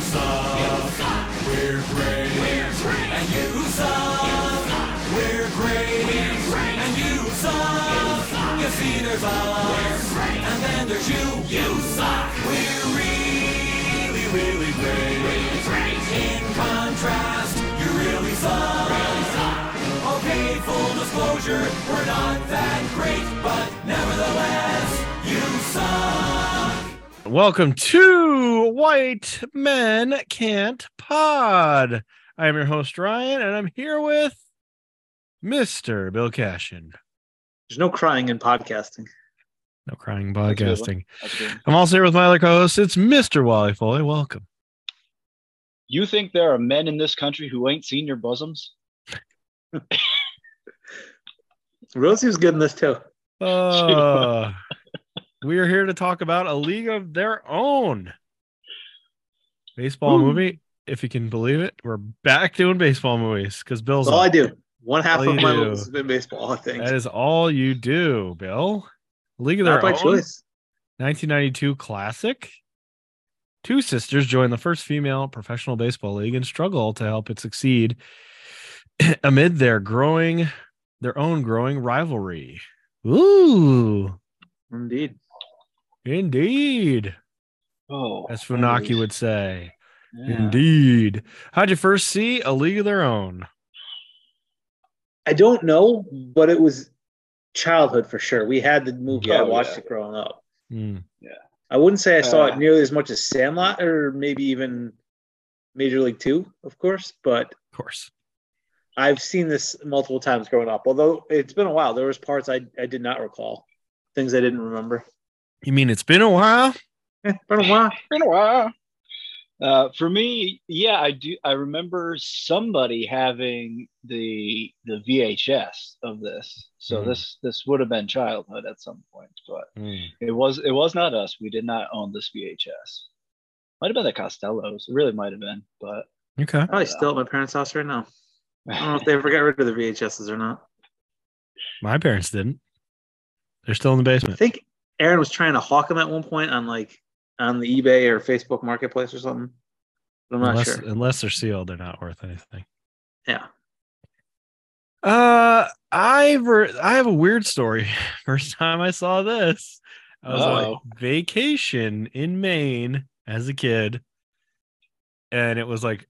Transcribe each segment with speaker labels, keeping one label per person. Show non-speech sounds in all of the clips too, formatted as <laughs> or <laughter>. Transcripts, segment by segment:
Speaker 1: suck. We're great. And you suck. We're great. And you suck. You see, there's us. And then there's you. You suck. We're really, really great. In contrast, you really suck. Okay, full disclosure, we're not that great, but nevertheless, you suck.
Speaker 2: Welcome to White Men Can't Pod. I am your host Ryan, and I'm here with Mister Bill Cashin.
Speaker 3: There's no crying in podcasting.
Speaker 2: No crying
Speaker 3: Thank you,
Speaker 2: podcasting.
Speaker 3: That's good.
Speaker 2: I'm also here with my other co-host. It's Mister Wally Foley.
Speaker 3: <laughs>
Speaker 2: Welcome.
Speaker 4: You think there are men in this country who ain't seen your bosoms?
Speaker 3: Rosie was good in this too.
Speaker 2: Uh, we are here to talk about a league of their own. Baseball
Speaker 4: Woo.
Speaker 2: movie, if you can believe it. We're back doing baseball movies because Bill's
Speaker 3: That's all
Speaker 2: on.
Speaker 3: I do. One half
Speaker 2: All
Speaker 3: of
Speaker 2: you
Speaker 3: my
Speaker 2: do.
Speaker 3: movies has been baseball. I think
Speaker 2: that is all you do, Bill. League of their
Speaker 3: not by
Speaker 2: own.
Speaker 3: choice.
Speaker 2: 1992 classic. Two sisters join the first female professional baseball league and struggle to help it succeed <clears throat> amid their growing, their own growing rivalry. Ooh,
Speaker 3: Indeed.
Speaker 2: indeed,
Speaker 4: Oh,
Speaker 2: as Funaki would say.
Speaker 4: Yeah.
Speaker 2: Indeed. How'd you first see a league of their own?
Speaker 3: I don't know, but it was childhood for sure. We had the movie. I
Speaker 4: Oh,
Speaker 3: watched
Speaker 4: yeah.
Speaker 3: it growing up.
Speaker 2: Hmm.
Speaker 3: I wouldn't say I saw it
Speaker 4: Uh,
Speaker 3: nearly as much as Sandlot or maybe even Major League Two, of course. But
Speaker 2: of course.
Speaker 3: I've seen this multiple times growing up. Although it's been a while, there was parts I, I did not recall, things I didn't remember.
Speaker 2: You mean it's been a while?
Speaker 3: Eh, been a while.
Speaker 4: Been a while. Uh, for me, yeah, I do. I remember somebody having the the VHS of this, so
Speaker 2: Mhm.
Speaker 4: this this would have been childhood at some point, but
Speaker 2: Hmm.
Speaker 4: it was it was not us. We did not own this VHS. Might have been the Costellos. It really might have been, but
Speaker 2: Okay.
Speaker 3: Probably still at my parents' house right now. I
Speaker 2: Oh.
Speaker 3: don't know if they ever got rid of the VHSs or not.
Speaker 2: My parents didn't. They're still in the
Speaker 3: I
Speaker 2: basement.
Speaker 3: think Aaron was trying to hawk them at one point on like on the eBay or Facebook Marketplace or something. But I'm not
Speaker 2: unless,
Speaker 3: sure.
Speaker 2: unless they're sealed, they're not worth anything.
Speaker 3: Yeah.
Speaker 2: Uh, I ver- I have a weird story. <laughs> First time I saw this, I was
Speaker 4: Uh-oh.
Speaker 2: on vacation in Maine as a kid, and it was like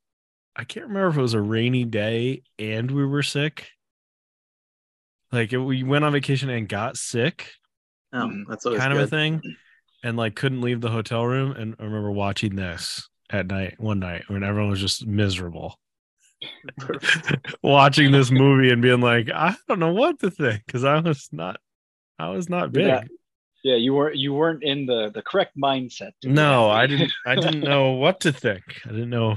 Speaker 2: I can't remember if it was a rainy day and we were sick. Like it, we went on vacation and got sick,
Speaker 3: Um, that's always
Speaker 2: kind of a
Speaker 3: good.
Speaker 2: thing, and like couldn't leave the hotel room. And I remember watching this at night one night when everyone was just miserable <laughs> watching this movie and being like, I don't know what to think because I was not, I was not big.
Speaker 4: Yeah. <laughs> yeah, you weren't you weren't in the the correct mindset. to be
Speaker 2: No, I
Speaker 4: happy.
Speaker 2: didn't. I didn't know what to think. I didn't know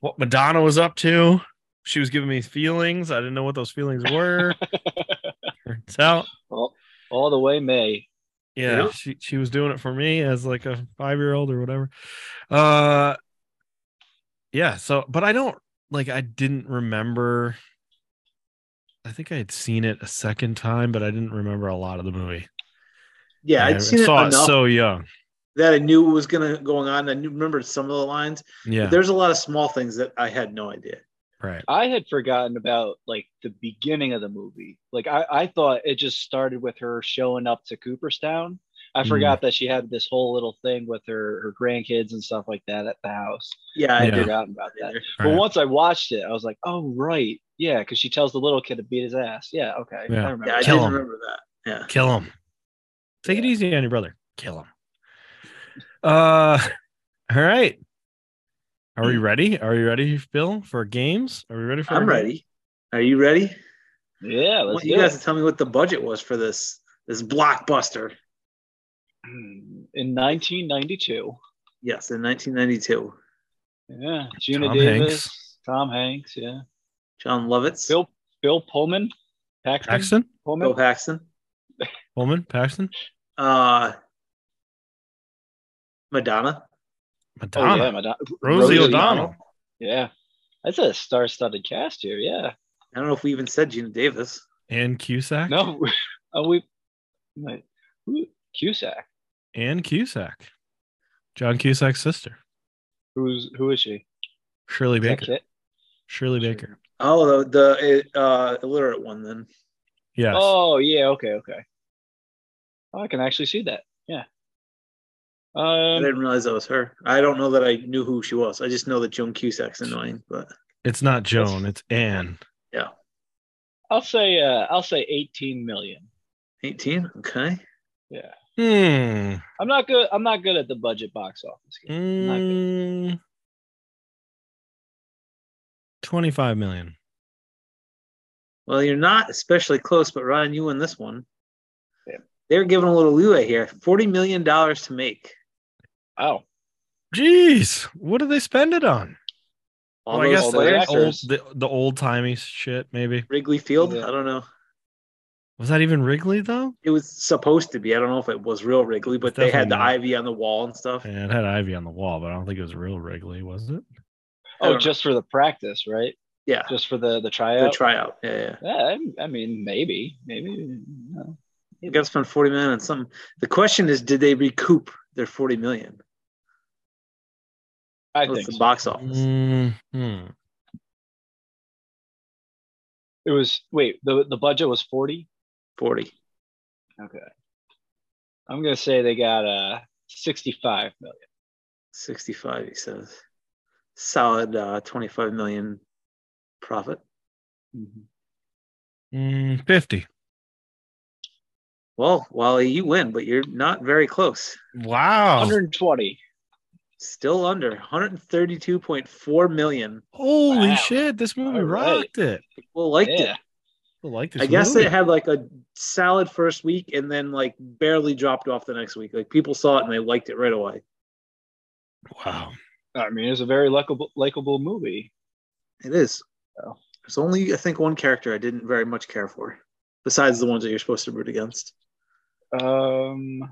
Speaker 2: what Madonna was up to. She was giving me feelings. I didn't know what those feelings were. Turns out,
Speaker 4: <laughs> all, all the way May.
Speaker 2: yeah,
Speaker 3: Yeah.
Speaker 2: she she was doing it for me as like a five year old or whatever. Uh, yeah. So, but I don't like. I didn't remember. I think I had seen it a second time, but I didn't remember a lot of the movie.
Speaker 3: Yeah,
Speaker 2: I
Speaker 3: I'd seen it
Speaker 2: saw
Speaker 3: enough
Speaker 2: so young.
Speaker 3: that I knew what was gonna going on. I knew, remembered some of the lines.
Speaker 2: Yeah,
Speaker 3: But there's a lot of small things that I had no idea.
Speaker 2: right.
Speaker 4: I had forgotten about like the beginning of the movie. Like I, I thought it just started with her showing up to Cooperstown. I
Speaker 2: Mm.
Speaker 4: forgot that she had this whole little thing with her, her grandkids and stuff like that at the house.
Speaker 3: Yeah, I
Speaker 4: I
Speaker 2: Yeah.
Speaker 4: had
Speaker 3: did.
Speaker 4: forgotten about that. But
Speaker 2: right.
Speaker 4: once I watched it, I was like, oh right, yeah, because she tells the little kid to beat his ass. Yeah, okay,
Speaker 2: Yeah.
Speaker 4: I remember.
Speaker 3: Yeah, I
Speaker 2: Kill
Speaker 3: didn't
Speaker 2: him.
Speaker 3: remember that. Yeah.
Speaker 2: Kill him. Take it easy on your brother. Kill him. Uh, <laughs> all right. Are we ready? Are you ready, Bill, for games? Are we ready for? our
Speaker 3: Hmm. I'm
Speaker 2: game?
Speaker 3: ready. Are you ready?
Speaker 4: yeah,
Speaker 3: I
Speaker 4: let's
Speaker 3: want
Speaker 4: do
Speaker 3: you guys
Speaker 4: it.
Speaker 3: to tell me what the budget was for this this blockbuster.
Speaker 4: Hmm. In 1992,
Speaker 3: Yes, in 1992.
Speaker 4: yeah, Gina
Speaker 2: Tom
Speaker 4: Davis,
Speaker 2: Hanks.
Speaker 4: Tom Hanks, yeah,
Speaker 3: John Lovitz,
Speaker 4: Bill Bill Pullman, Paxton,
Speaker 2: Paxton,
Speaker 4: Pullman, Oh,
Speaker 3: Bill Paxton,
Speaker 2: Pullman, Paxton,
Speaker 3: uh, Madonna.
Speaker 4: Oh,
Speaker 2: Madonna,
Speaker 4: yeah, Madonna.
Speaker 2: Rosie,
Speaker 3: Rosie
Speaker 2: O'Donnell.
Speaker 3: O'Donnell.
Speaker 4: Yeah. That's a star studded cast here. Yeah.
Speaker 3: I don't know if we even said Gina Davis.
Speaker 2: and Cusack.
Speaker 4: No, <laughs> oh, we. Wait, who, Cusack.
Speaker 2: and Cusack, John Cusack's sister.
Speaker 4: Who's who is she?
Speaker 5: Shirley
Speaker 4: Is that
Speaker 5: Baker.
Speaker 4: Kit?
Speaker 5: Shirley
Speaker 4: Shirley.
Speaker 5: Baker.
Speaker 3: Oh, the the uh, illiterate one then.
Speaker 5: Yes.
Speaker 4: Oh yeah, okay, okay. Oh, I can actually see that. Yeah.
Speaker 3: I
Speaker 4: Um,
Speaker 3: didn't realize that was her. I don't know that I knew who she was. I just know that Joan Cusack's annoying, but
Speaker 5: It's not Joan. It's Anne.
Speaker 4: I'll say uh, I'll say 18 million.
Speaker 3: 18. Okay.
Speaker 4: Yeah.
Speaker 5: Hmm.
Speaker 4: I'm not good. I'm not good at the budget box office. game. Not good.
Speaker 5: Mm, 25 million.
Speaker 3: Well, you're not especially close, but Ryan, you win this one.
Speaker 4: Yeah.
Speaker 3: They're giving a little leeway here. Forty million dollars to make.
Speaker 4: Wow.
Speaker 5: Jeez. What do they spend it on?
Speaker 3: All
Speaker 5: Well, I guess
Speaker 3: those
Speaker 5: the
Speaker 3: players,
Speaker 4: actors.
Speaker 5: old, the, the old timey shit, maybe.
Speaker 3: Wrigley Field.
Speaker 4: Yeah.
Speaker 3: I don't know.
Speaker 5: Was that even Wrigley, though?
Speaker 3: It was supposed to be. I don't know if it was real Wrigley, but they had
Speaker 5: Definitely
Speaker 3: the
Speaker 5: not.
Speaker 3: ivy on the wall and stuff.
Speaker 5: And it had Ivy on the wall, but I don't think it was real Wrigley, was it?
Speaker 3: I don't
Speaker 4: Oh,
Speaker 3: know.
Speaker 4: just for the practice, right?
Speaker 3: yeah,
Speaker 4: Just for the the
Speaker 3: the
Speaker 4: tryout.
Speaker 3: tryout. Yeah, yeah.
Speaker 4: yeah, I, I mean, maybe, maybe. No.
Speaker 3: You got to spend forty million on something. The question is, did they recoup their forty million?
Speaker 4: I
Speaker 3: What's
Speaker 4: think
Speaker 3: the
Speaker 4: so.
Speaker 3: box office?
Speaker 2: Mm.
Speaker 5: Hmm.
Speaker 4: it was. Wait, the the budget was 40.
Speaker 3: Forty.
Speaker 4: Okay. I'm gonna say they got uh 65 million.
Speaker 3: 65 he says solid uh, 25 million profit
Speaker 5: Mm, 50.
Speaker 3: well wally you win but you're not very close
Speaker 5: Wow.
Speaker 4: 120.
Speaker 3: still under 132.4 million
Speaker 5: Holy
Speaker 4: Wow.
Speaker 5: shit. This movie
Speaker 4: All right.
Speaker 5: rocked it.
Speaker 3: people liked
Speaker 4: yeah.
Speaker 3: it
Speaker 5: People like this
Speaker 3: i guess
Speaker 5: movie.
Speaker 3: it had like a solid first week and then like barely dropped off the next week like people saw it and they liked it right away
Speaker 5: Wow.
Speaker 4: I mean, it's a very likable likable movie.
Speaker 3: it is
Speaker 4: Oh.
Speaker 3: there's only i think one character i didn't very much care for besides the ones that you're supposed to root against
Speaker 4: Um.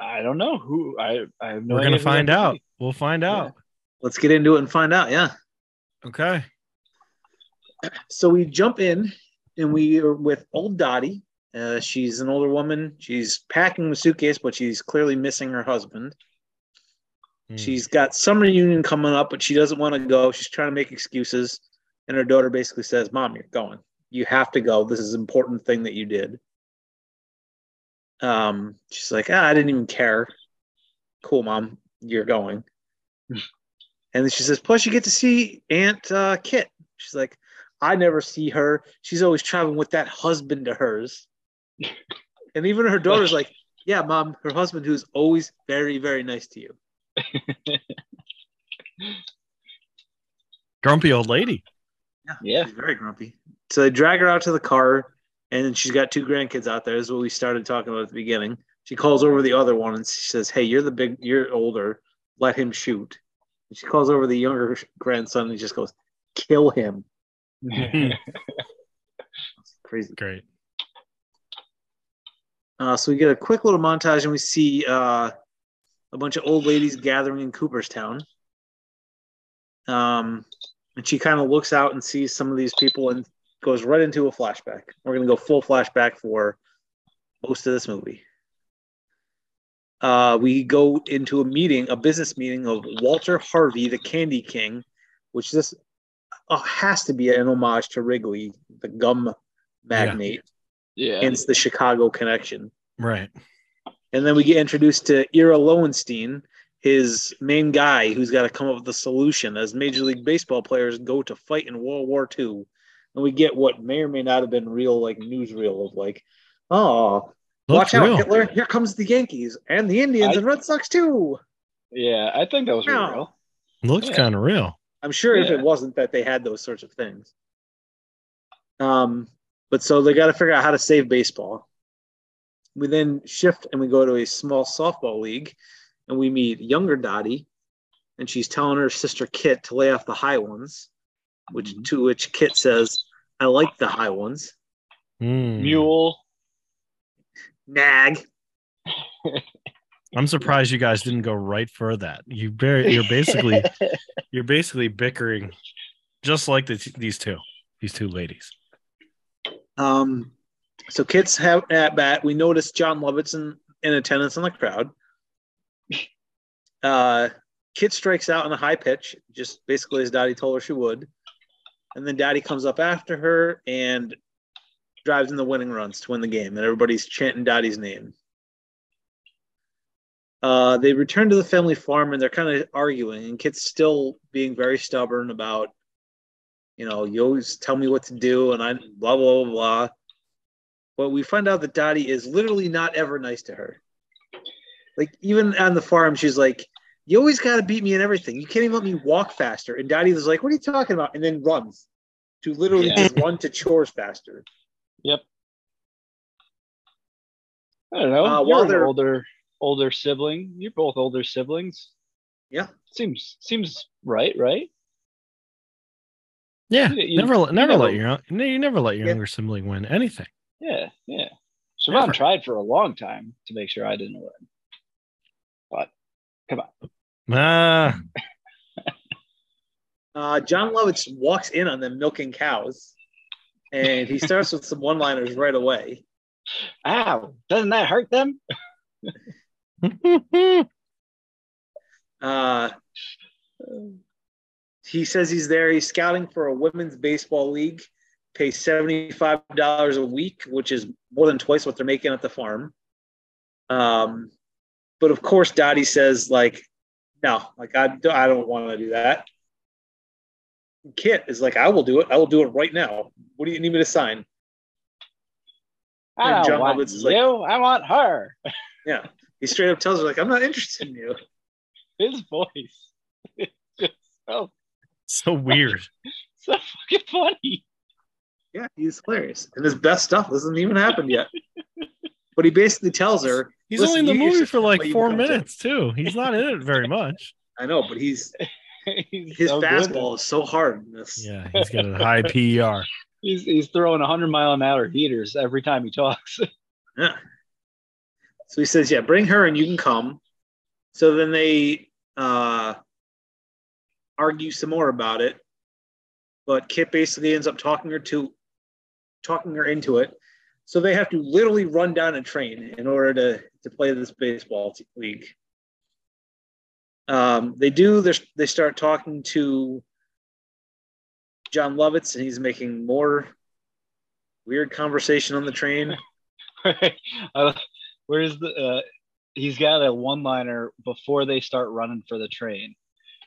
Speaker 4: I don't know who I. I have no
Speaker 5: We're
Speaker 4: idea
Speaker 5: going to
Speaker 4: who that
Speaker 5: find
Speaker 4: could be.
Speaker 5: out. We'll find
Speaker 4: Yeah.
Speaker 5: out.
Speaker 3: let's get into it and find out yeah
Speaker 5: Okay.
Speaker 3: so we jump in and we are with old Dottie. Uh, she's an older woman. She's packing the suitcase, but she's clearly missing her husband.
Speaker 5: Hmm.
Speaker 2: Mm.
Speaker 3: She's got some reunion coming up, but she doesn't want to go. She's trying to make excuses. And her daughter basically says, Mom, you're going. You have to go. This is an important thing that you did. Um, she's like, ah, I didn't even care. Cool, Mom, you're going. and then she says, Plus, you get to see Aunt uh, Kit. She's like, I never see her. She's always traveling with that husband of hers. and even her daughter's like, Yeah, Mom, her husband, who's always very, very nice to you.
Speaker 5: grumpy old lady.
Speaker 4: Yeah.
Speaker 3: She's very grumpy. So they drag her out to the car, and she's got two grandkids out there. This is what we started talking about at the beginning. She calls over the other one and she says, "Hey, you're the big, you're older. Let him shoot." And she calls over the younger sh- grandson and just goes, "Kill him!"
Speaker 5: <laughs>
Speaker 3: Crazy.
Speaker 5: Great.
Speaker 3: Uh, so we get a quick little montage, and we see uh, a bunch of old ladies gathering in Cooperstown. Um, and she kind of looks out and sees some of these people, and goes right into a flashback. We're gonna go full flashback for most of this movie. Uh, we go into a meeting, a business meeting of Walter Harvey, the Candy King, which this uh, has to be an homage to Wrigley, the gum magnate
Speaker 4: <laughs> yeah.
Speaker 3: hence the Chicago connection.
Speaker 5: Right.
Speaker 3: And then we get introduced to Ira Lowenstein, his main guy who's got to come up with a solution as Major League Baseball players go to fight in World War II. And we get what may or may not have been real, like newsreel of like, oh,
Speaker 5: Looks
Speaker 3: watch out,
Speaker 5: real.
Speaker 3: Hitler! Here comes the Yankees and the Indians
Speaker 4: I-
Speaker 3: and Red Sox too.
Speaker 4: yeah. I think that was
Speaker 3: No.
Speaker 4: real.
Speaker 5: Looks
Speaker 4: Yeah.
Speaker 5: kind of real.
Speaker 3: I'm sure if it
Speaker 4: Yeah.
Speaker 3: wasn't that they had those sorts of things. Um, but so they got to figure out how to save baseball. We then shift and we go to a small softball league, and we meet younger Dottie, and she's telling her sister Kit to lay off the high ones, which
Speaker 4: Mhm.
Speaker 3: to which Kit says, "I like the high ones."
Speaker 5: Hmm.
Speaker 3: <laughs>
Speaker 4: Mule.
Speaker 3: Nag.
Speaker 5: I'm surprised you guys didn't go right for that. You very, you're
Speaker 3: <laughs>
Speaker 5: basically you're basically bickering, just like the, these two, these two ladies.
Speaker 3: Um, so Kit's have, at bat. We notice John Lovitz in, in attendance in the crowd. uh, Kit strikes out in a high pitch, just basically as Daddy told her she would. And then Daddy comes up after her and drives in the winning runs to win the game. And everybody's chanting Daddy's name. Uh, they return to the family farm and they're kind of arguing. And Kit's still being very stubborn about, you know, you always tell me what to do and I blah, blah, blah, blah. But we find out that Dottie is literally not ever nice to her. Like, even on the farm, she's like, you always got to beat me in everything. You can't even let me walk faster. And Daddy was like, what are you talking about? And then runs to literally
Speaker 4: Yeah.
Speaker 3: just run to chores faster.
Speaker 4: I don't know.
Speaker 3: Uh, while
Speaker 4: You're an
Speaker 3: they're-
Speaker 4: older older sibling. You're both older siblings.
Speaker 3: Yeah.
Speaker 4: Seems seems right,
Speaker 5: <laughs>
Speaker 4: right?
Speaker 5: Yeah,
Speaker 4: You- you-
Speaker 5: never, let- never
Speaker 4: never-
Speaker 5: let your no, you never let your
Speaker 3: Yeah.
Speaker 5: younger sibling win anything.
Speaker 4: Yeah, yeah. So mom
Speaker 5: Never.
Speaker 4: tried for a long time to make sure I didn't win.
Speaker 5: Ah,
Speaker 3: Uh, John Lovitz walks in on them milking cows, and he starts with some one-liners right away.
Speaker 4: Ow, doesn't that hurt them?
Speaker 3: Uh, he says he's there. He's scouting for a women's baseball league, pays seventy-five dollars a week, which is more than twice what they're making at the farm. Um, but of course, Dottie says like, "No, like I, don't- I don't want to do that." Kit is like, "I will do it. I will do it right now. What do you need me to sign?"
Speaker 4: I
Speaker 3: And
Speaker 4: don't
Speaker 3: John
Speaker 4: want
Speaker 3: Lovitz is
Speaker 4: you.
Speaker 3: like-
Speaker 4: I want her. <laughs>
Speaker 3: He straight up tells her like, "I'm not interested in you."
Speaker 4: His voice. <laughs> It's just so,
Speaker 5: <laughs> so weird.
Speaker 4: so fucking funny. <laughs>
Speaker 3: Yeah, he's hilarious. And his best stuff hasn't even happened
Speaker 4: <laughs>
Speaker 3: yet. but he basically tells her,
Speaker 5: He's
Speaker 3: Listen,
Speaker 5: only in
Speaker 3: you
Speaker 5: the movie
Speaker 3: yourself
Speaker 5: for like
Speaker 3: what you
Speaker 5: four
Speaker 3: come to.
Speaker 5: minutes too. He's not in it very much.
Speaker 3: I know, but he's
Speaker 4: He's
Speaker 3: his
Speaker 4: so good.
Speaker 3: fastball is so hard in
Speaker 5: <laughs>
Speaker 3: this.
Speaker 5: Yeah, he's got a high E PER.
Speaker 4: He's, he's throwing 100 mile an hour heaters every time he talks.
Speaker 3: Yeah. So he says, Yeah, bring her and you can come. So then they uh, argue some more about it. But Kit basically ends up talking her to talking her into it. So they have to literally run down a train in order to, to play this baseball t- league. Um, they do their, they start talking to John Lovitz and he's making more weird conversation on the train.
Speaker 4: <laughs> Uh, Where's the? Uh, he's got a one-liner before they start running for the train.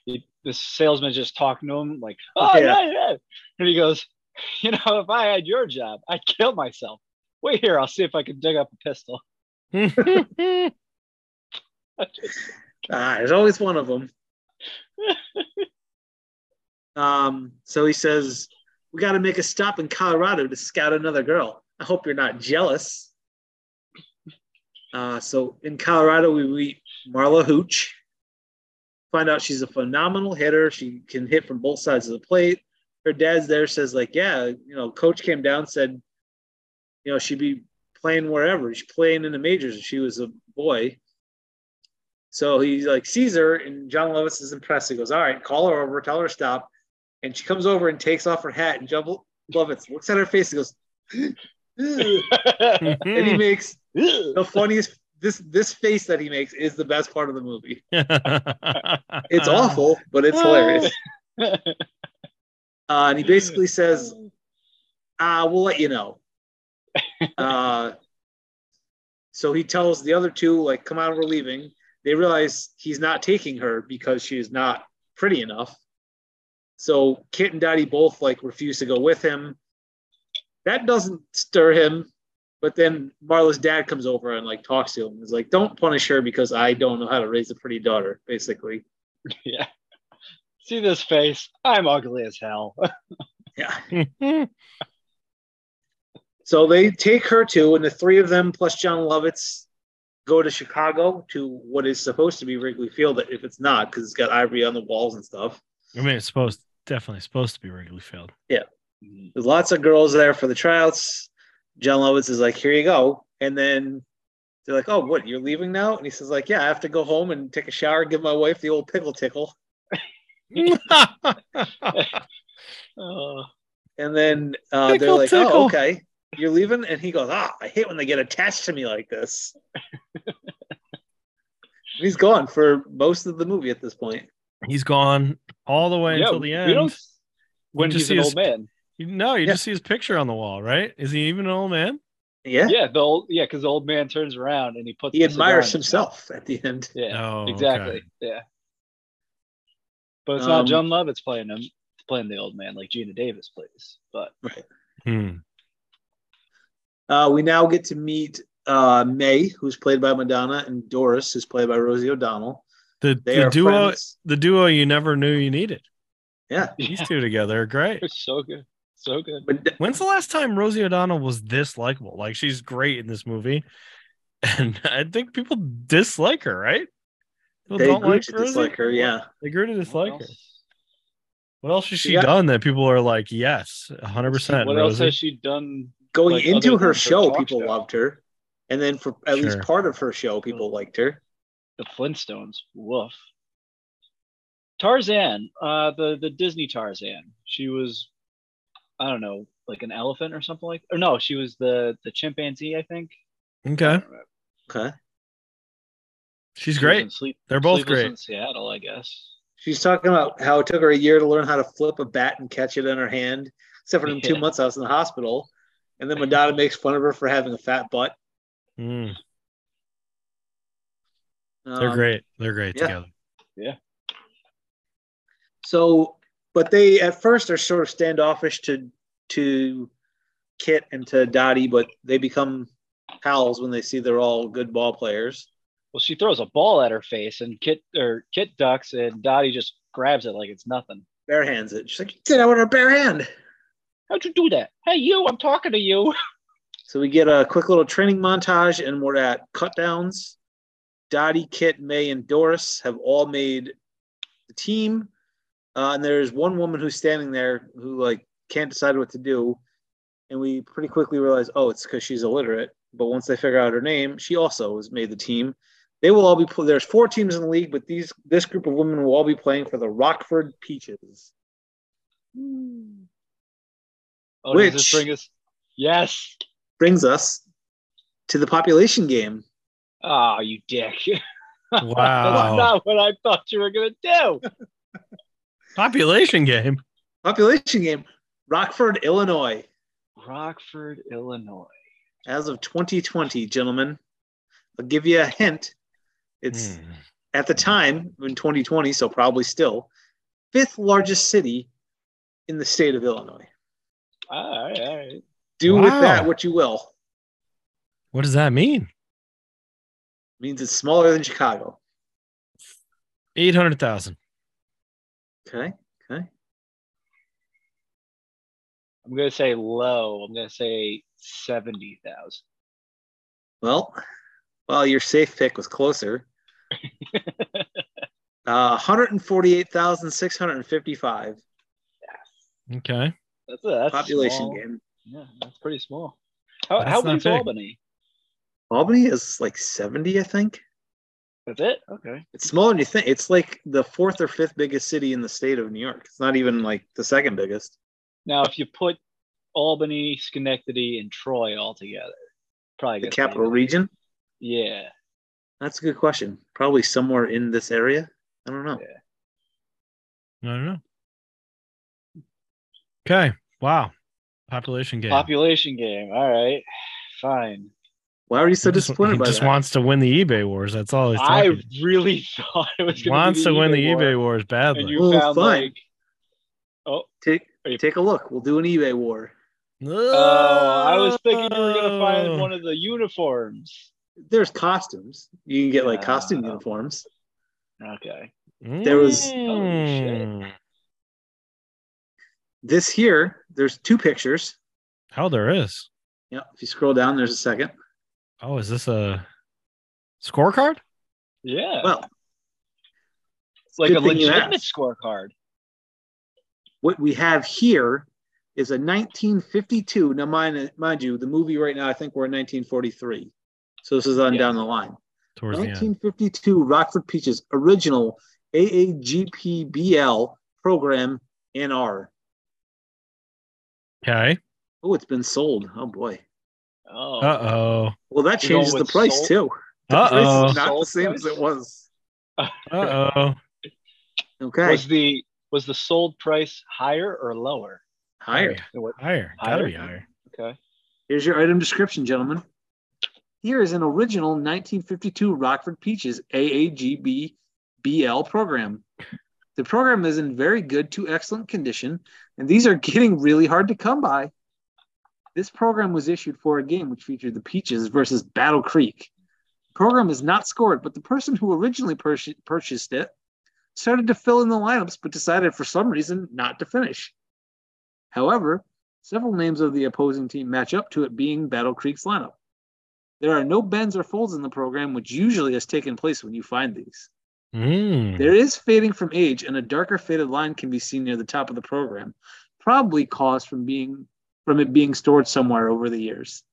Speaker 4: He, the salesman just talking to him like, <laughs> "Oh
Speaker 3: Yeah.
Speaker 4: yeah, yeah," and he goes, <laughs> "You know, if I had your job, I'd kill myself. Wait here, I'll see if I can dig up
Speaker 3: <laughs>
Speaker 4: a pistol." <laughs>
Speaker 3: Ah, there's always one of them. um, so he says, We got to make a stop in Colorado to scout another girl. I hope you're not jealous. <laughs> Uh, so in Colorado, we meet Marla Hooch. Find out she's a phenomenal hitter. She can hit from both sides of the plate. Her dad's there says, like, yeah, you know, coach came down, said, you know, she'd be playing wherever. She's playing in the majors. if She was a boy. So he like sees her, and John Lewis is impressed. He goes, "All right, call her over, tell her to stop." And she comes over and takes off her hat, and John Lovitz looks at her face and goes, "Ugh." and
Speaker 5: <laughs>
Speaker 2: Mm.
Speaker 3: he makes the funniest. This this face that he makes is the best part of the movie. It's
Speaker 2: Uh-huh.
Speaker 3: awful, but it's hilarious.
Speaker 4: <laughs>
Speaker 3: Uh, and he basically says, uh, we'll let you know. uh, so he tells the other two, like, come on, we're leaving. They realize he's not taking her because she is not pretty enough. So Kit and Daddy both like refuse to go with him. That doesn't stir him. But then Marla's dad comes over and like talks to him. He's like, don't punish her because I don't know how to raise a pretty daughter, basically.
Speaker 4: yeah. See this face? I'm ugly as
Speaker 3: <laughs>
Speaker 4: hell. Uh,
Speaker 3: Yeah. So they take her too, and the three of them plus John Lovitz go to Chicago to what is supposed to be Wrigley Field, if it's not, because it's got ivory on the walls and stuff.
Speaker 5: I mean, it's supposed definitely supposed to be regularly failed.
Speaker 3: There's lots of girls there for the tryouts. John Lovitz is like, "Here you go," and then they're like, "Oh, what? You're leaving now?" And he says, "Like, yeah, I have to go home and take a shower, give my wife the old pickle tickle."
Speaker 4: Uh,
Speaker 3: And then uh, they're
Speaker 5: Tickle,
Speaker 3: like,
Speaker 5: tickle.
Speaker 3: "Oh, okay, you're leaving,"
Speaker 5: <laughs>
Speaker 3: and he goes, "Ah, I hate when they get attached to me like this." He's gone for most of the movie at this point.
Speaker 5: He's gone all the way
Speaker 4: Yeah,
Speaker 5: until the end.
Speaker 4: We don't, when
Speaker 5: just
Speaker 4: he's
Speaker 5: see
Speaker 4: an
Speaker 5: his-
Speaker 4: old man.
Speaker 5: You- no, you
Speaker 3: Yeah.
Speaker 5: just see his picture on the wall, right? Is he even an old man?
Speaker 3: Yeah.
Speaker 4: Yeah, the old yeah, because the old man turns around and he puts.
Speaker 3: He
Speaker 4: the cigar
Speaker 3: admires
Speaker 4: in his
Speaker 3: himself at the end.
Speaker 4: mouth. Yeah,
Speaker 5: No,
Speaker 4: exactly. Yeah, but it's
Speaker 3: Um,
Speaker 4: not John Lovitz playing him playing the old man like Gina Davis plays. But <laughs>
Speaker 5: Hmm.
Speaker 3: Uh, we now get to meet uh, May, who's played by Madonna, and Doris, who's played by Rosie O'Donnell.
Speaker 5: The,
Speaker 3: They
Speaker 5: the
Speaker 3: are
Speaker 5: duo,
Speaker 3: friends.
Speaker 5: the duo you never knew you needed.
Speaker 3: Yeah.
Speaker 5: These
Speaker 4: yeah,
Speaker 5: two together are great.
Speaker 4: it's so good, so good.
Speaker 3: But
Speaker 5: When's the last time Rosie O'Donnell was this likable? Like she's great in this movie, and <laughs> I think people dislike her, right? People
Speaker 3: they
Speaker 5: don't
Speaker 3: grew
Speaker 5: like
Speaker 3: to
Speaker 5: Rosie.
Speaker 3: dislike her. Yeah.
Speaker 5: They grew to dislike
Speaker 4: What
Speaker 5: her.
Speaker 4: else-
Speaker 5: What else has she
Speaker 3: Yeah.
Speaker 5: done that people are like, yes, hundred percent,
Speaker 4: What else
Speaker 5: Rosie?
Speaker 4: has she done?
Speaker 3: Going
Speaker 4: Like, other
Speaker 3: into
Speaker 4: than
Speaker 3: her
Speaker 4: her
Speaker 3: show,
Speaker 4: talk
Speaker 3: people
Speaker 4: show.
Speaker 3: loved her. And then for at least
Speaker 5: Sure.
Speaker 3: part of her show, people liked her.
Speaker 4: The Flintstones. Woof. Tarzan, uh, the the Disney Tarzan. She was, I don't know, like an elephant or something like. Or no, she was the the chimpanzee, I think.
Speaker 5: okay,
Speaker 3: Okay.
Speaker 5: she's
Speaker 4: She was in
Speaker 5: great.
Speaker 4: Sleep-
Speaker 5: They're both
Speaker 4: Sleepless
Speaker 5: great.
Speaker 4: In Seattle, I guess.
Speaker 3: She's talking about how it took her a year to learn how to flip a bat and catch it in her hand. Except for them two
Speaker 4: Yeah.
Speaker 3: months I was in the hospital. And then Madonna makes fun of her for having a fat butt.
Speaker 5: Mm, they're
Speaker 3: Um,
Speaker 5: great. They're great
Speaker 3: yeah.
Speaker 5: together.
Speaker 3: So, but they at first are sort of standoffish to to Kit and to Dottie, but they become pals when they see they're all good ball players.
Speaker 4: Well, she throws a ball at her face, and Kit or Kit ducks, and Dottie just grabs it like it's nothing.
Speaker 3: Bare hands it. She's like, "You did that with her bare hand."
Speaker 4: How'd you do that? Hey, you! I'm talking
Speaker 5: <laughs>
Speaker 4: to you.
Speaker 3: So we get a quick little training montage, and we're at cutdowns. Dottie, Kit, May, and Doris have all made the team, uh, and there's one woman who's standing there who like can't decide what to do, and we pretty quickly realize, oh, it's because she's illiterate. But once they figure out her name, she also has made the team. They will all be pl- there's four teams in the league, but these this group of women will all be playing for the Rockford Peaches.
Speaker 4: Oh, does
Speaker 3: Which-
Speaker 4: this bring us? Yes.
Speaker 3: Brings us to the population game.
Speaker 4: Oh, you dick. <laughs> That's
Speaker 5: Wow,
Speaker 4: not what I thought you were gonna do. <laughs>
Speaker 5: population game.
Speaker 3: Population game, Rockford, Illinois.
Speaker 4: Rockford, Illinois.
Speaker 3: as of 2020, gentlemen. I'll give you a hint. It's
Speaker 5: Hmm.
Speaker 3: at the time in 2020, so probably still fifth largest city in the state of Illinois.
Speaker 4: All right, all right.
Speaker 3: Do with that
Speaker 5: Wow.
Speaker 3: what you will.
Speaker 5: What does that mean?
Speaker 3: means it's smaller than Chicago.
Speaker 5: Eight hundred thousand.
Speaker 3: Okay.
Speaker 4: I'm gonna say low. I'm gonna say seventy thousand.
Speaker 3: Well, well, your safe pick was closer. uh, 148,655
Speaker 5: Okay,
Speaker 4: That's a that's
Speaker 3: population
Speaker 4: small.
Speaker 3: game.
Speaker 4: Yeah, that's pretty small. How,
Speaker 5: That's
Speaker 4: how
Speaker 5: not
Speaker 4: big is
Speaker 5: big.
Speaker 4: Albany?
Speaker 3: Albany is like 70, I think.
Speaker 4: That's it. Okay.
Speaker 3: It's smaller than you think. It's like the fourth or fifth biggest city in the state of New York. It's not even like the second biggest.
Speaker 4: Now, if you put Albany, Schenectady, and Troy all together, probably
Speaker 3: The
Speaker 4: gets
Speaker 3: capital
Speaker 4: bigger.
Speaker 3: region?
Speaker 4: Yeah,
Speaker 3: That's a good question. Probably somewhere in this area. I don't know.
Speaker 4: Yeah.
Speaker 5: I don't know. Okay, wow, population game.
Speaker 4: population game. All right, fine.
Speaker 3: Why are you so
Speaker 5: He just-
Speaker 3: disappointed
Speaker 5: he
Speaker 3: by
Speaker 5: just
Speaker 3: that?
Speaker 5: wants to win the eBay wars. That's all he's
Speaker 4: I
Speaker 5: talking.
Speaker 4: really <laughs> thought it was going
Speaker 5: wants
Speaker 4: be
Speaker 5: to win the
Speaker 4: war,
Speaker 5: eBay wars badly.
Speaker 4: And you
Speaker 3: Well,
Speaker 4: found
Speaker 3: fine.
Speaker 4: like, oh,
Speaker 3: take,
Speaker 4: Are you-
Speaker 3: take a look. We'll do an eBay war.
Speaker 4: oh, I was thinking you
Speaker 5: Oh.
Speaker 4: were gonna find one of the uniforms.
Speaker 3: There's costumes. You can get like
Speaker 4: Yeah.
Speaker 3: costume uniforms.
Speaker 4: Okay.
Speaker 5: There
Speaker 3: there was-
Speaker 4: Holy
Speaker 3: This here, there's two pictures.
Speaker 5: How there is?
Speaker 3: Yeah. If you scroll down, there's a second.
Speaker 5: Oh, is this a scorecard?
Speaker 4: Yeah.
Speaker 3: Well,
Speaker 4: it's like a
Speaker 3: good thing you
Speaker 4: legitimate
Speaker 3: asked.
Speaker 4: scorecard.
Speaker 3: what we have here is a 1952. Now, mind, mind you, the movie right now, I think we're in 1943. So this is on
Speaker 4: Yeah.
Speaker 3: down the line.
Speaker 5: Towards the end.
Speaker 3: 1952 Rockford Peaches original AAGPBL program NR.
Speaker 5: Okay.
Speaker 3: Oh, it's been sold. Oh boy.
Speaker 4: Oh.
Speaker 5: Uh oh.
Speaker 3: Well, that
Speaker 4: You're going
Speaker 3: changes the
Speaker 4: with
Speaker 3: price
Speaker 4: sold?
Speaker 3: too. The price
Speaker 5: Uh
Speaker 3: is not
Speaker 4: Sold
Speaker 3: the same as
Speaker 4: price?
Speaker 3: it was.
Speaker 2: Uh oh.
Speaker 3: Okay.
Speaker 4: Was the was the sold price higher or lower?
Speaker 3: Higher.
Speaker 4: It wa-
Speaker 2: Higher. Gotta be
Speaker 4: Higher?
Speaker 2: higher.
Speaker 4: Okay.
Speaker 3: Here's your item description, gentlemen. Here is an original 1952 Rockford Peaches AAGB BL program. The program is in very good to excellent condition, and these are getting really hard to come by. This program was issued for a game which featured the Peaches versus Battle Creek. The program is not scored, but the person who originally pur- purchased it started to fill in the lineups, but decided for some reason not to finish. However, several names of the opposing team match up to it being Battle Creek's lineup. There are no bends or folds in the program, which usually has taken place when you find these.
Speaker 2: Mm.
Speaker 3: There is fading from age, and a darker faded line can be seen near the top of the program, probably caused from being from it being stored somewhere over the years.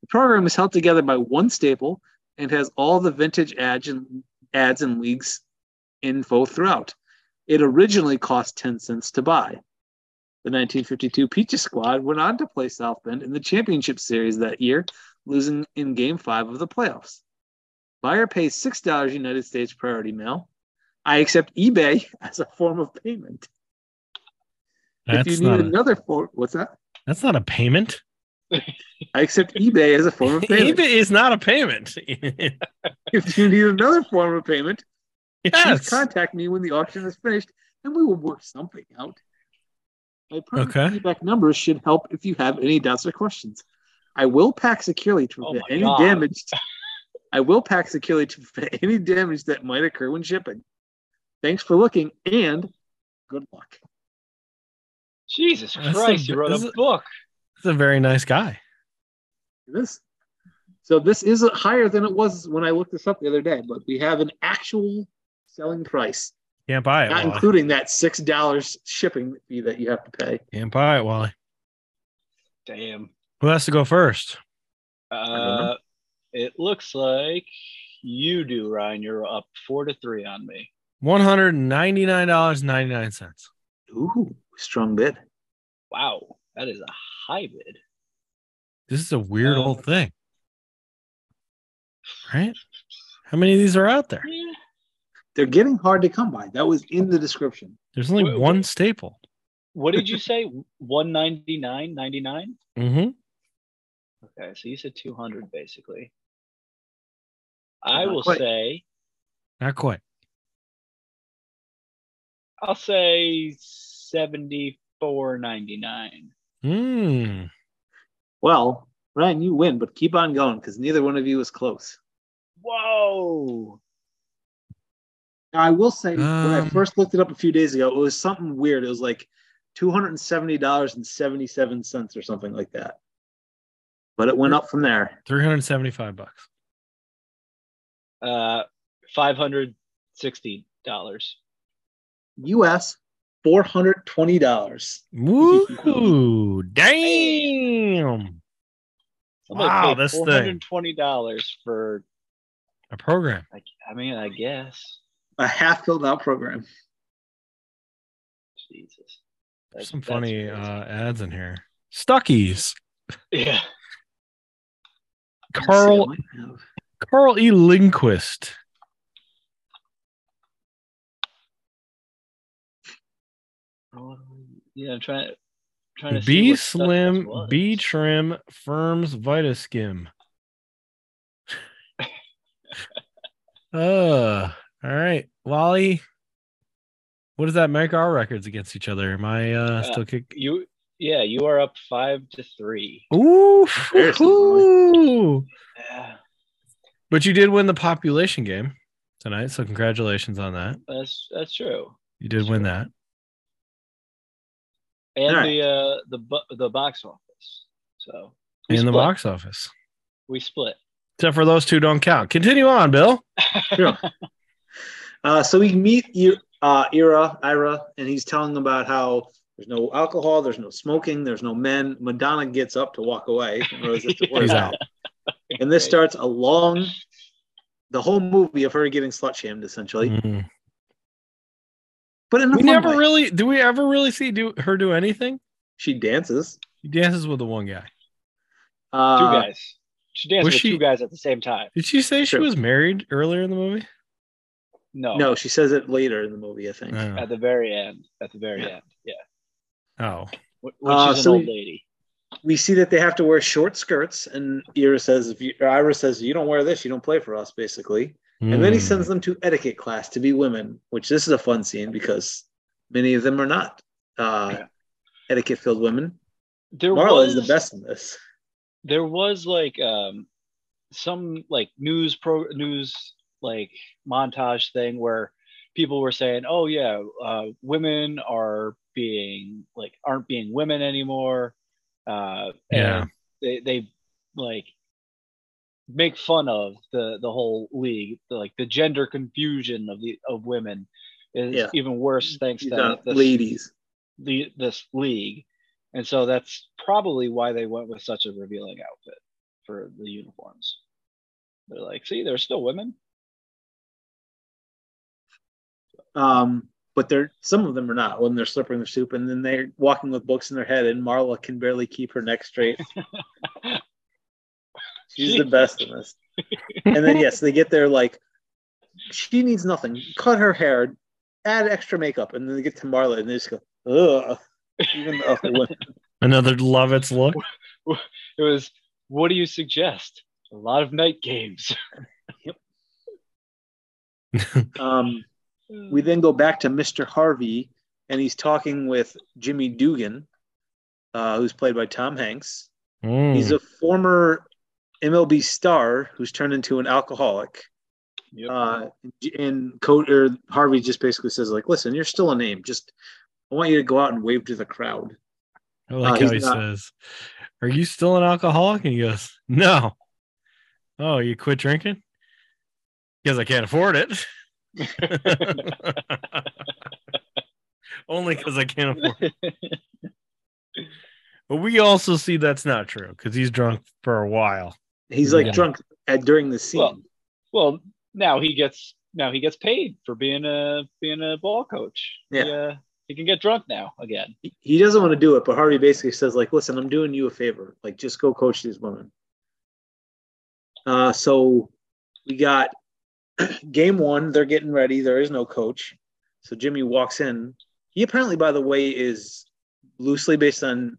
Speaker 3: The program is held together by one staple and has all the vintage ads and ads and leagues info throughout. It originally cost 10 cents to buy. The 1952 Peaches squad went on to play South Bend in the championship series that year, losing in game five of the playoffs. Buyer pays $6 United States priority mail. I accept eBay <laughs> as a form of payment. if
Speaker 2: That's
Speaker 3: you need
Speaker 2: not a,
Speaker 3: another form, what's that?
Speaker 2: that's not a payment.
Speaker 3: I accept eBay as
Speaker 2: <laughs>
Speaker 3: a form of payment.
Speaker 2: eBay is not a payment. <laughs>
Speaker 3: If you need another form of payment, please
Speaker 2: yes.
Speaker 3: contact me when the auction is finished and we will work something out. My personal
Speaker 2: Okay.
Speaker 3: feedback numbers should help if you have any doubts or questions. I will pack securely to
Speaker 4: Oh
Speaker 3: prevent
Speaker 4: my
Speaker 3: any
Speaker 4: God.
Speaker 3: damage. I will pack securely to prevent <laughs> any damage that might occur when shipping. Thanks for looking and good luck.
Speaker 4: Jesus
Speaker 2: That's a-
Speaker 4: Christ, you wrote
Speaker 2: is
Speaker 4: a
Speaker 2: it-
Speaker 4: book.
Speaker 2: He's a very nice guy.
Speaker 3: This. So this is higher than it was when I looked this up the other day, but we have an actual selling price,
Speaker 2: Can't buy it,
Speaker 3: not
Speaker 2: Wally.
Speaker 3: including that six dollars shipping fee that you have to pay.
Speaker 2: Can't buy it, Wally.
Speaker 4: Damn.
Speaker 2: Who has to go first?
Speaker 4: Uh, it looks like you do, Ryan. You're up four to three on me.
Speaker 2: One hundred ninety nine dollars ninety nine cents.
Speaker 3: Ooh, strong bid.
Speaker 4: Wow, that is a high bid.
Speaker 2: This is a weird
Speaker 4: Uh,
Speaker 2: old thing, right? How many of these are out there?
Speaker 4: Yeah.
Speaker 3: They're getting hard to come by. That was in the description.
Speaker 2: There's only
Speaker 4: Wait,
Speaker 2: one staple.
Speaker 4: What
Speaker 2: <laughs>
Speaker 4: did you say? One ninety nine ninety nine.
Speaker 2: Mm-hmm.
Speaker 4: Okay, so you said two hundred basically. I
Speaker 3: Not
Speaker 4: will
Speaker 3: quite.
Speaker 4: say,
Speaker 2: Not quite.
Speaker 4: I'll say seventy four ninety nine.
Speaker 2: Hmm.
Speaker 3: Well, Ryan, you win, but keep on going because neither one of you is close.
Speaker 4: Whoa!
Speaker 3: Now, I will say when I
Speaker 2: Um.
Speaker 3: first looked it up a few days ago, it was something weird. It was like two hundred and seventy dollars and seventy seven cents or something like that. But it went up from there.
Speaker 2: Three hundred seventy five bucks.
Speaker 4: Uh, five hundred sixty dollars.
Speaker 3: U.S. four hundred twenty dollars.
Speaker 4: <laughs>
Speaker 2: Woo! Damn. Wow, this thing.
Speaker 4: four hundred twenty dollars for.
Speaker 2: A program.
Speaker 4: I, I mean, I guess.
Speaker 3: A half filled out program.
Speaker 4: Jesus.
Speaker 2: There's
Speaker 4: That's-
Speaker 2: some
Speaker 4: that's
Speaker 2: funny
Speaker 4: crazy.
Speaker 2: uh, ads in here. Stuckies.
Speaker 4: <laughs> yeah.
Speaker 2: Carl
Speaker 3: Let's see, I might have-
Speaker 2: Carl E. Lindquist.
Speaker 4: Yeah, I'm trying. Trying to see
Speaker 2: B
Speaker 4: what stuff this
Speaker 2: slim,
Speaker 4: was.
Speaker 2: B trim, firms
Speaker 4: <laughs>
Speaker 2: Vitaskim. uh, all right, Wally. What does that make our records against each other? Am I uh,
Speaker 4: Uh,
Speaker 2: still kick?
Speaker 4: You, yeah, you are up five to three.
Speaker 2: Ooh,
Speaker 3: Seriously, Wally.
Speaker 2: ooh.
Speaker 4: Yeah,
Speaker 2: But you did win the population game tonight, so congratulations on that.
Speaker 4: that's that's true.
Speaker 2: You did win that.
Speaker 4: And
Speaker 3: All right.
Speaker 4: the uh the bu- the box office. So we
Speaker 2: In the
Speaker 4: split.
Speaker 2: box office.
Speaker 4: we split.
Speaker 2: Except for those two don't count. Continue on, Bill.
Speaker 3: Uh, so we meet I- uh, Ira, Ira, and he's telling about how there's no alcohol, there's no smoking, there's no men. Madonna gets up to walk away. And Rose has to
Speaker 2: He's <laughs>
Speaker 3: work
Speaker 2: out.
Speaker 3: out. And this starts a long, the whole movie of her getting slut shamed essentially,
Speaker 2: Mm.
Speaker 3: but in a
Speaker 2: We
Speaker 3: fun
Speaker 2: never
Speaker 3: way.
Speaker 2: really do we ever really see do her do anything?
Speaker 3: she dances.
Speaker 2: She dances with the one guy.
Speaker 3: Uh,
Speaker 4: two guys. She danced
Speaker 2: was
Speaker 4: with
Speaker 2: she-
Speaker 4: two guys at the same time.
Speaker 2: Did she say she
Speaker 3: True.
Speaker 2: was married earlier in the movie?
Speaker 4: No,
Speaker 3: No, she says it later in the movie, I think.
Speaker 5: Oh.
Speaker 4: at the very end. At the very
Speaker 3: Yeah.
Speaker 4: end, yeah.
Speaker 5: Oh.
Speaker 4: Wh- When
Speaker 3: Uh,
Speaker 4: she's
Speaker 3: so
Speaker 4: an old
Speaker 3: we-
Speaker 4: lady.
Speaker 3: We see that they have to wear short skirts, and Ira says, "If you, or Ira says you don't wear this, you don't play for us," basically. And then he
Speaker 5: Hmm.
Speaker 3: sends them to etiquette class to be women, which this is a fun scene because many of them are not uh,
Speaker 4: Yeah.
Speaker 3: etiquette-filled women.
Speaker 4: There
Speaker 3: Marla is
Speaker 4: was
Speaker 3: the best in this.
Speaker 4: There was like um, some like news pro news like montage thing where people were saying, "Oh yeah, uh, women are being like aren't being women anymore." Uh,
Speaker 5: Yeah.
Speaker 4: and they they like make fun of the the whole league, the, like the gender confusion of the of women is
Speaker 3: Yeah.
Speaker 4: even worse thanks
Speaker 3: She's
Speaker 4: to
Speaker 3: not
Speaker 4: this,
Speaker 3: ladies.
Speaker 4: the, this league, and so that's probably why they went with such a revealing outfit for the uniforms. They're like, see, they're still women.
Speaker 3: Um, but they're some of them are not when they're slurping their soup, and then they're walking with books in their head, and Marla can barely keep her neck straight. She's the best in this. And then yes, they get there like she needs nothing. Cut her hair, add extra makeup, and then they get to Marla and they just go, ugh. Even the other one.
Speaker 5: Hmm. Another Lovitz look.
Speaker 4: It was, what do you suggest? A lot of night games.
Speaker 3: Um, we then go back to Mr. Harvey, and he's talking with Jimmy Dugan, uh, who's played by Tom Hanks.
Speaker 5: Hmm.
Speaker 3: He's a former MLB star who's turned into an alcoholic.
Speaker 4: <laughs> Yep.
Speaker 3: Uh, and Co- or Harvey just basically says, like, listen, you're still a name. Just I want you to go out and wave to the crowd.
Speaker 5: I like
Speaker 3: uh,
Speaker 5: how he
Speaker 3: he's not-
Speaker 5: says, Are you still an alcoholic? And he goes, No. Oh, you quit drinking? Because I can't afford it. <laughs> Only because I can't afford it.
Speaker 3: <laughs>
Speaker 5: But we also see that's not true because he's drunk for a while.
Speaker 3: He's like
Speaker 5: Yeah.
Speaker 3: drunk at during the scene.
Speaker 4: Well, well, now he gets now he gets paid for being a being a ball coach.
Speaker 3: Yeah.
Speaker 4: He, uh, he can get drunk now again.
Speaker 3: He- he doesn't want to do it, but Harvey basically says, like, listen, I'm doing you a favor. Like, just go coach these women. Uh, so we got <clears throat> game one. They're getting ready. There is no coach. So Jimmy walks in. He apparently, by the way, is loosely based on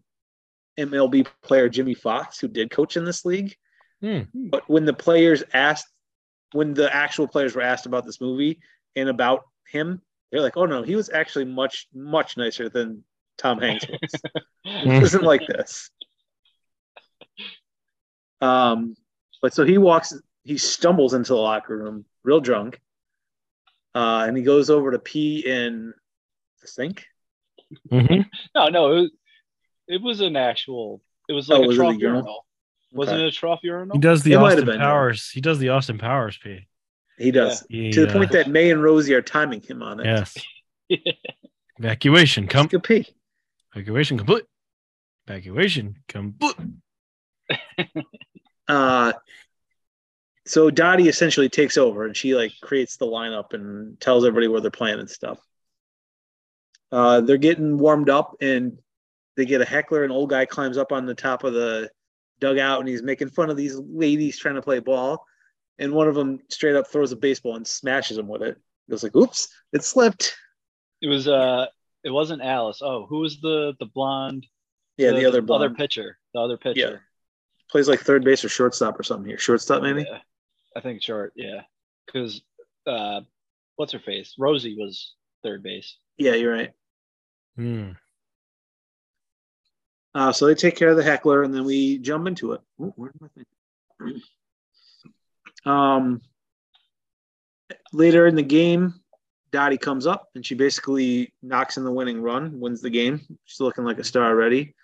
Speaker 3: MLB player Jimmy Fox, who did coach in this league.
Speaker 5: Hmm.
Speaker 3: But when the players asked, when the actual players were asked about this movie and about him, they're like, oh no, he was actually much, much nicer than Tom Hanks was. It isn't like this. Um, but so he walks, he stumbles into the locker room, real drunk, uh, and he goes over to pee in the sink.
Speaker 4: Mm-hmm.
Speaker 5: Mhm.
Speaker 4: <laughs> No, no, it was, it was an actual. It was
Speaker 3: Oh,
Speaker 4: like a
Speaker 3: was it a
Speaker 4: trough
Speaker 3: urinal?
Speaker 4: urinal. Wasn't
Speaker 3: Okay.
Speaker 4: it a trough
Speaker 5: He
Speaker 4: urinal? <laughs>
Speaker 5: does the
Speaker 3: It might have
Speaker 5: Austin
Speaker 3: been, yeah.
Speaker 5: Powers. He does the Austin Powers pee.
Speaker 3: He does
Speaker 5: He,
Speaker 3: to the point
Speaker 5: uh,
Speaker 3: that May and Rosie are timing him on it.
Speaker 5: yes. Evacuation. Come
Speaker 3: He could pee.
Speaker 5: Evacuation complete. Evacuation complete.
Speaker 3: Uh, so Dottie essentially takes over and she like creates the lineup and tells everybody where they're playing and stuff. Uh, they're getting warmed up and they get a heckler. An old guy climbs up on the top of the dugout and he's making fun of these ladies trying to play ball. And one of them straight up throws a baseball and smashes him with it. It was like, oops, it slipped.
Speaker 4: It was uh it wasn't Alice. Oh, who was the the blonde?
Speaker 3: Yeah, the, other
Speaker 4: other
Speaker 3: blonde
Speaker 4: pitcher. The other pitcher.
Speaker 3: plays like third base or shortstop or something here. Shortstop, maybe?
Speaker 4: Yeah. I think short, yeah. Cuz uh what's her face? Rosie was third base.
Speaker 3: Yeah, you're right.
Speaker 5: Hmm.
Speaker 3: Uh, so they take care of the heckler, and then we jump into it. Ooh, where did my thing- Um, later in the game, Dottie comes up and she basically knocks in the winning run, wins the game. She's looking like a star already.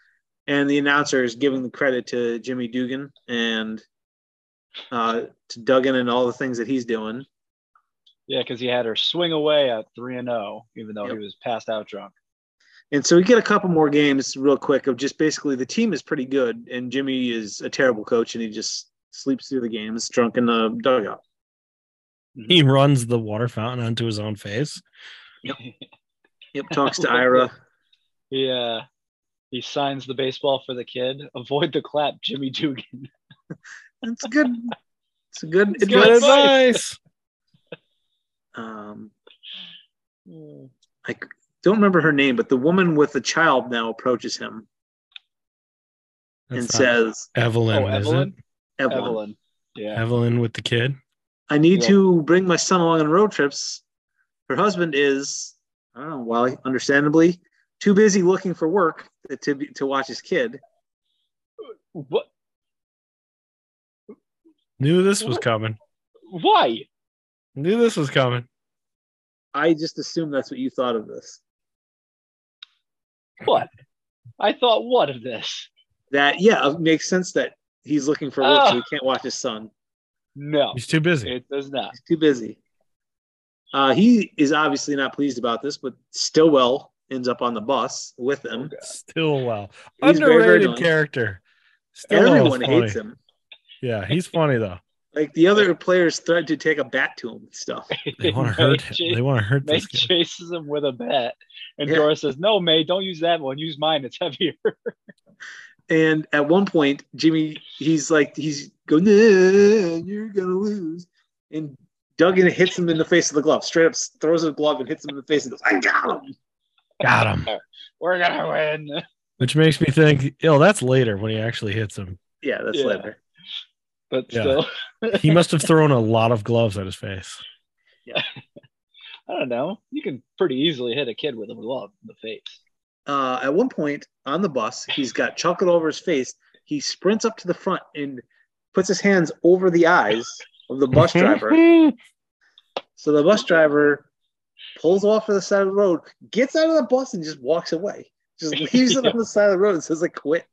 Speaker 3: And the announcer is giving the credit to Jimmy Dugan and uh, to Duggan and all the things that he's doing.
Speaker 4: Yeah, cuz he had her swing away at 3 and 0 even though
Speaker 3: Yep.
Speaker 4: he was passed out drunk.
Speaker 3: And so we get a couple more games real quick of just basically the team is pretty good, and Jimmy is a terrible coach, and he just sleeps through the games drunk in the dugout.
Speaker 5: He runs the water fountain onto his own face.
Speaker 3: Yep, talks to Ira.
Speaker 4: <laughs> he uh he signs the baseball for the kid. <laughs> Avoid the clap, Jimmy Dugan.
Speaker 3: It's good. It's a good
Speaker 4: Good
Speaker 3: advice.
Speaker 5: advice.
Speaker 3: Um,
Speaker 4: Hmm.
Speaker 3: I c- don't remember her name, but the woman with the child now approaches him and
Speaker 5: That's not-
Speaker 3: says,
Speaker 4: Oh,
Speaker 2: Evelyn,
Speaker 4: Evelyn.
Speaker 2: is
Speaker 3: Evelyn,
Speaker 4: Evelyn.
Speaker 2: it?
Speaker 4: Yeah.
Speaker 2: Evelyn with the kid.
Speaker 3: I need
Speaker 4: Yeah.
Speaker 3: to bring my son along on road trips. Her husband is, I don't know, well, understandably, too busy looking for work to, be- to watch his kid.
Speaker 4: What?
Speaker 2: Knew this was
Speaker 4: What?
Speaker 2: coming.
Speaker 4: Why?
Speaker 2: Knew this was coming.
Speaker 3: I just assume that's what you thought of this.
Speaker 4: What? I thought what of this?
Speaker 3: That, yeah, it makes sense that he's looking for work, so he can't watch his son.
Speaker 4: No,
Speaker 5: He's too busy.
Speaker 4: it does not.
Speaker 3: He's too busy. Uh, he is obviously not pleased about this, but Stillwell ends up on the bus with him.
Speaker 5: Still well.
Speaker 3: He's very, very
Speaker 5: Underrated
Speaker 3: nice.
Speaker 5: character. Still
Speaker 2: Oh,
Speaker 3: Everyone hates him.
Speaker 5: Yeah, he's funny though.
Speaker 3: Like the other players threaten to take a bat to him and stuff.
Speaker 4: <laughs>
Speaker 5: They want to hurt him. They want to hurt
Speaker 4: May
Speaker 5: this kid.
Speaker 4: chases him with a bat, and
Speaker 3: Yeah.
Speaker 4: Dora says, "No, May, don't use that one. Use mine. It's heavier." <laughs>
Speaker 3: And at one point, Jimmy, he's like, he's going, "Nah, you're gonna lose. And Duggan hits him in the face with the glove. Straight up throws a glove and hits him in the face and goes, I got him.
Speaker 5: Got him.
Speaker 4: We're gonna win. <laughs>
Speaker 5: Which makes me think, oh, that's later when he actually hits him.
Speaker 3: Yeah, that's
Speaker 4: Yeah.
Speaker 3: later.
Speaker 4: But
Speaker 5: Yeah.
Speaker 4: still, <laughs>
Speaker 5: He must have thrown a lot of gloves at his face.
Speaker 4: I don't know. You can pretty easily hit a kid with a glove in the face.
Speaker 3: Uh, at one point on the bus, he's got chocolate over his face. He sprints up to the front and puts his hands over the eyes of
Speaker 2: <laughs>
Speaker 3: the bus driver. So the bus driver pulls off to the side of the road, gets out of the bus, and just walks away. Just leaves it on the side of the road and says, "I quit."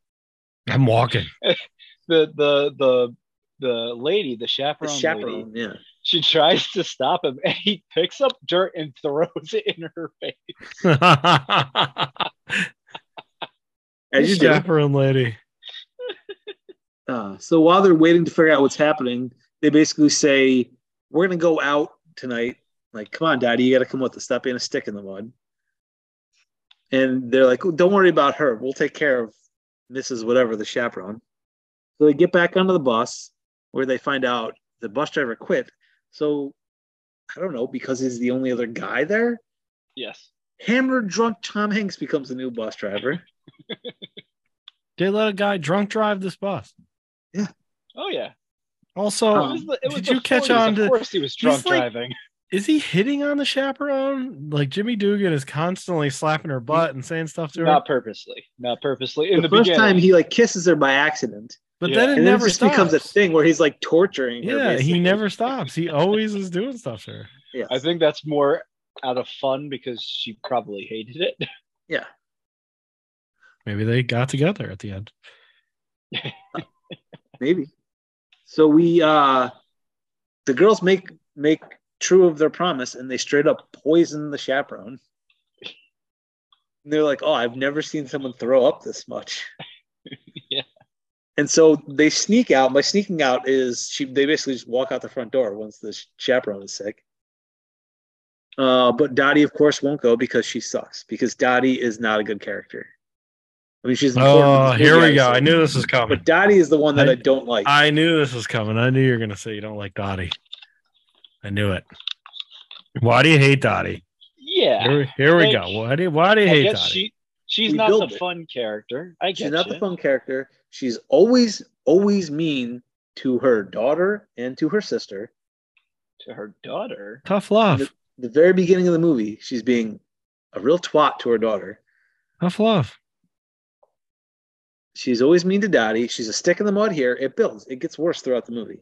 Speaker 5: <laughs> I'm walking.
Speaker 4: The the the the lady, the
Speaker 3: The
Speaker 4: chaperone, lady,
Speaker 3: chaperone, yeah.
Speaker 4: she tries to stop him, and he picks up dirt and throws it in her face.
Speaker 5: <laughs>
Speaker 3: As you do.
Speaker 5: Chaperone lady.
Speaker 3: Uh, so while they're waiting to figure out what's happening, they basically say, "We're gonna go out tonight. Like, come on, Daddy, you got to come with us. Stop being a stick in the mud." And they're like, "Don't worry about her. We'll take care of Mrs. Whatever the chaperone." So they get back onto the bus, where they find out the bus driver quit. So I don't know because he's the only other guy there.
Speaker 4: Yes.
Speaker 3: Hammered drunk Tom Hanks becomes the new bus driver.
Speaker 5: They let a guy drunk drive this bus.
Speaker 4: Oh yeah.
Speaker 5: Also,
Speaker 3: Oh.
Speaker 4: It was the- it was
Speaker 5: Um, did
Speaker 4: the
Speaker 5: you catch
Speaker 4: 40s.
Speaker 5: on to-
Speaker 4: Of course, he was drunk
Speaker 5: like-
Speaker 4: driving.
Speaker 5: is he hitting on the chaperone? Like Jimmy Dugan is constantly slapping her butt and saying stuff to her.
Speaker 4: Not purposely. Not purposely. In
Speaker 3: the,
Speaker 4: the,
Speaker 3: first
Speaker 4: beginning,
Speaker 3: time he like kisses her by accident.
Speaker 5: but
Speaker 4: yeah.
Speaker 5: then it
Speaker 3: and then
Speaker 5: never
Speaker 3: it just
Speaker 5: stops.
Speaker 3: becomes a thing where he's like torturing her.
Speaker 5: Yeah,
Speaker 3: basically.
Speaker 5: he never stops. He always is doing stuff to her.
Speaker 3: Yeah.
Speaker 4: I think that's more out of fun because she probably hated it. <laughs>
Speaker 3: yeah.
Speaker 5: Maybe they got together at the end.
Speaker 3: Maybe. So we uh the girls make make true of their promise and they straight up poison the chaperone. And they're like, "Oh, I've never seen someone throw up this much."
Speaker 4: Yeah.
Speaker 3: And so they sneak out. By sneaking out is she they basically just walk out the front door once the chaperone is sick. Uh, but Dottie, of course, won't go because she sucks. Because Dottie is not a good character. I mean, she's important to
Speaker 2: Oh,
Speaker 3: this
Speaker 2: here
Speaker 3: movie,
Speaker 2: we go. I
Speaker 3: obviously.
Speaker 2: knew this was coming.
Speaker 3: But Dottie is the one that
Speaker 5: I-
Speaker 3: I, don't like.
Speaker 2: I knew this was coming. I knew you were gonna say you don't like Dottie. I knew it. Why do you hate Dottie?
Speaker 4: Yeah.
Speaker 5: Here, here we
Speaker 4: Like,
Speaker 5: go. Why do you, why do you
Speaker 4: I
Speaker 5: hate
Speaker 4: guess
Speaker 5: Dottie?
Speaker 4: she she's
Speaker 3: We
Speaker 4: not
Speaker 3: built
Speaker 4: the
Speaker 3: it.
Speaker 4: fun character. I get
Speaker 3: She's not the
Speaker 4: ya.
Speaker 3: fun character. She's always, always mean to her daughter and to her sister.
Speaker 4: to her daughter.
Speaker 5: Tough love.
Speaker 3: The very beginning of the movie, she's being a real twat to her daughter.
Speaker 5: Tough love.
Speaker 3: She's always mean to Dottie. She's a stick in the mud here. It builds. It gets worse throughout the movie.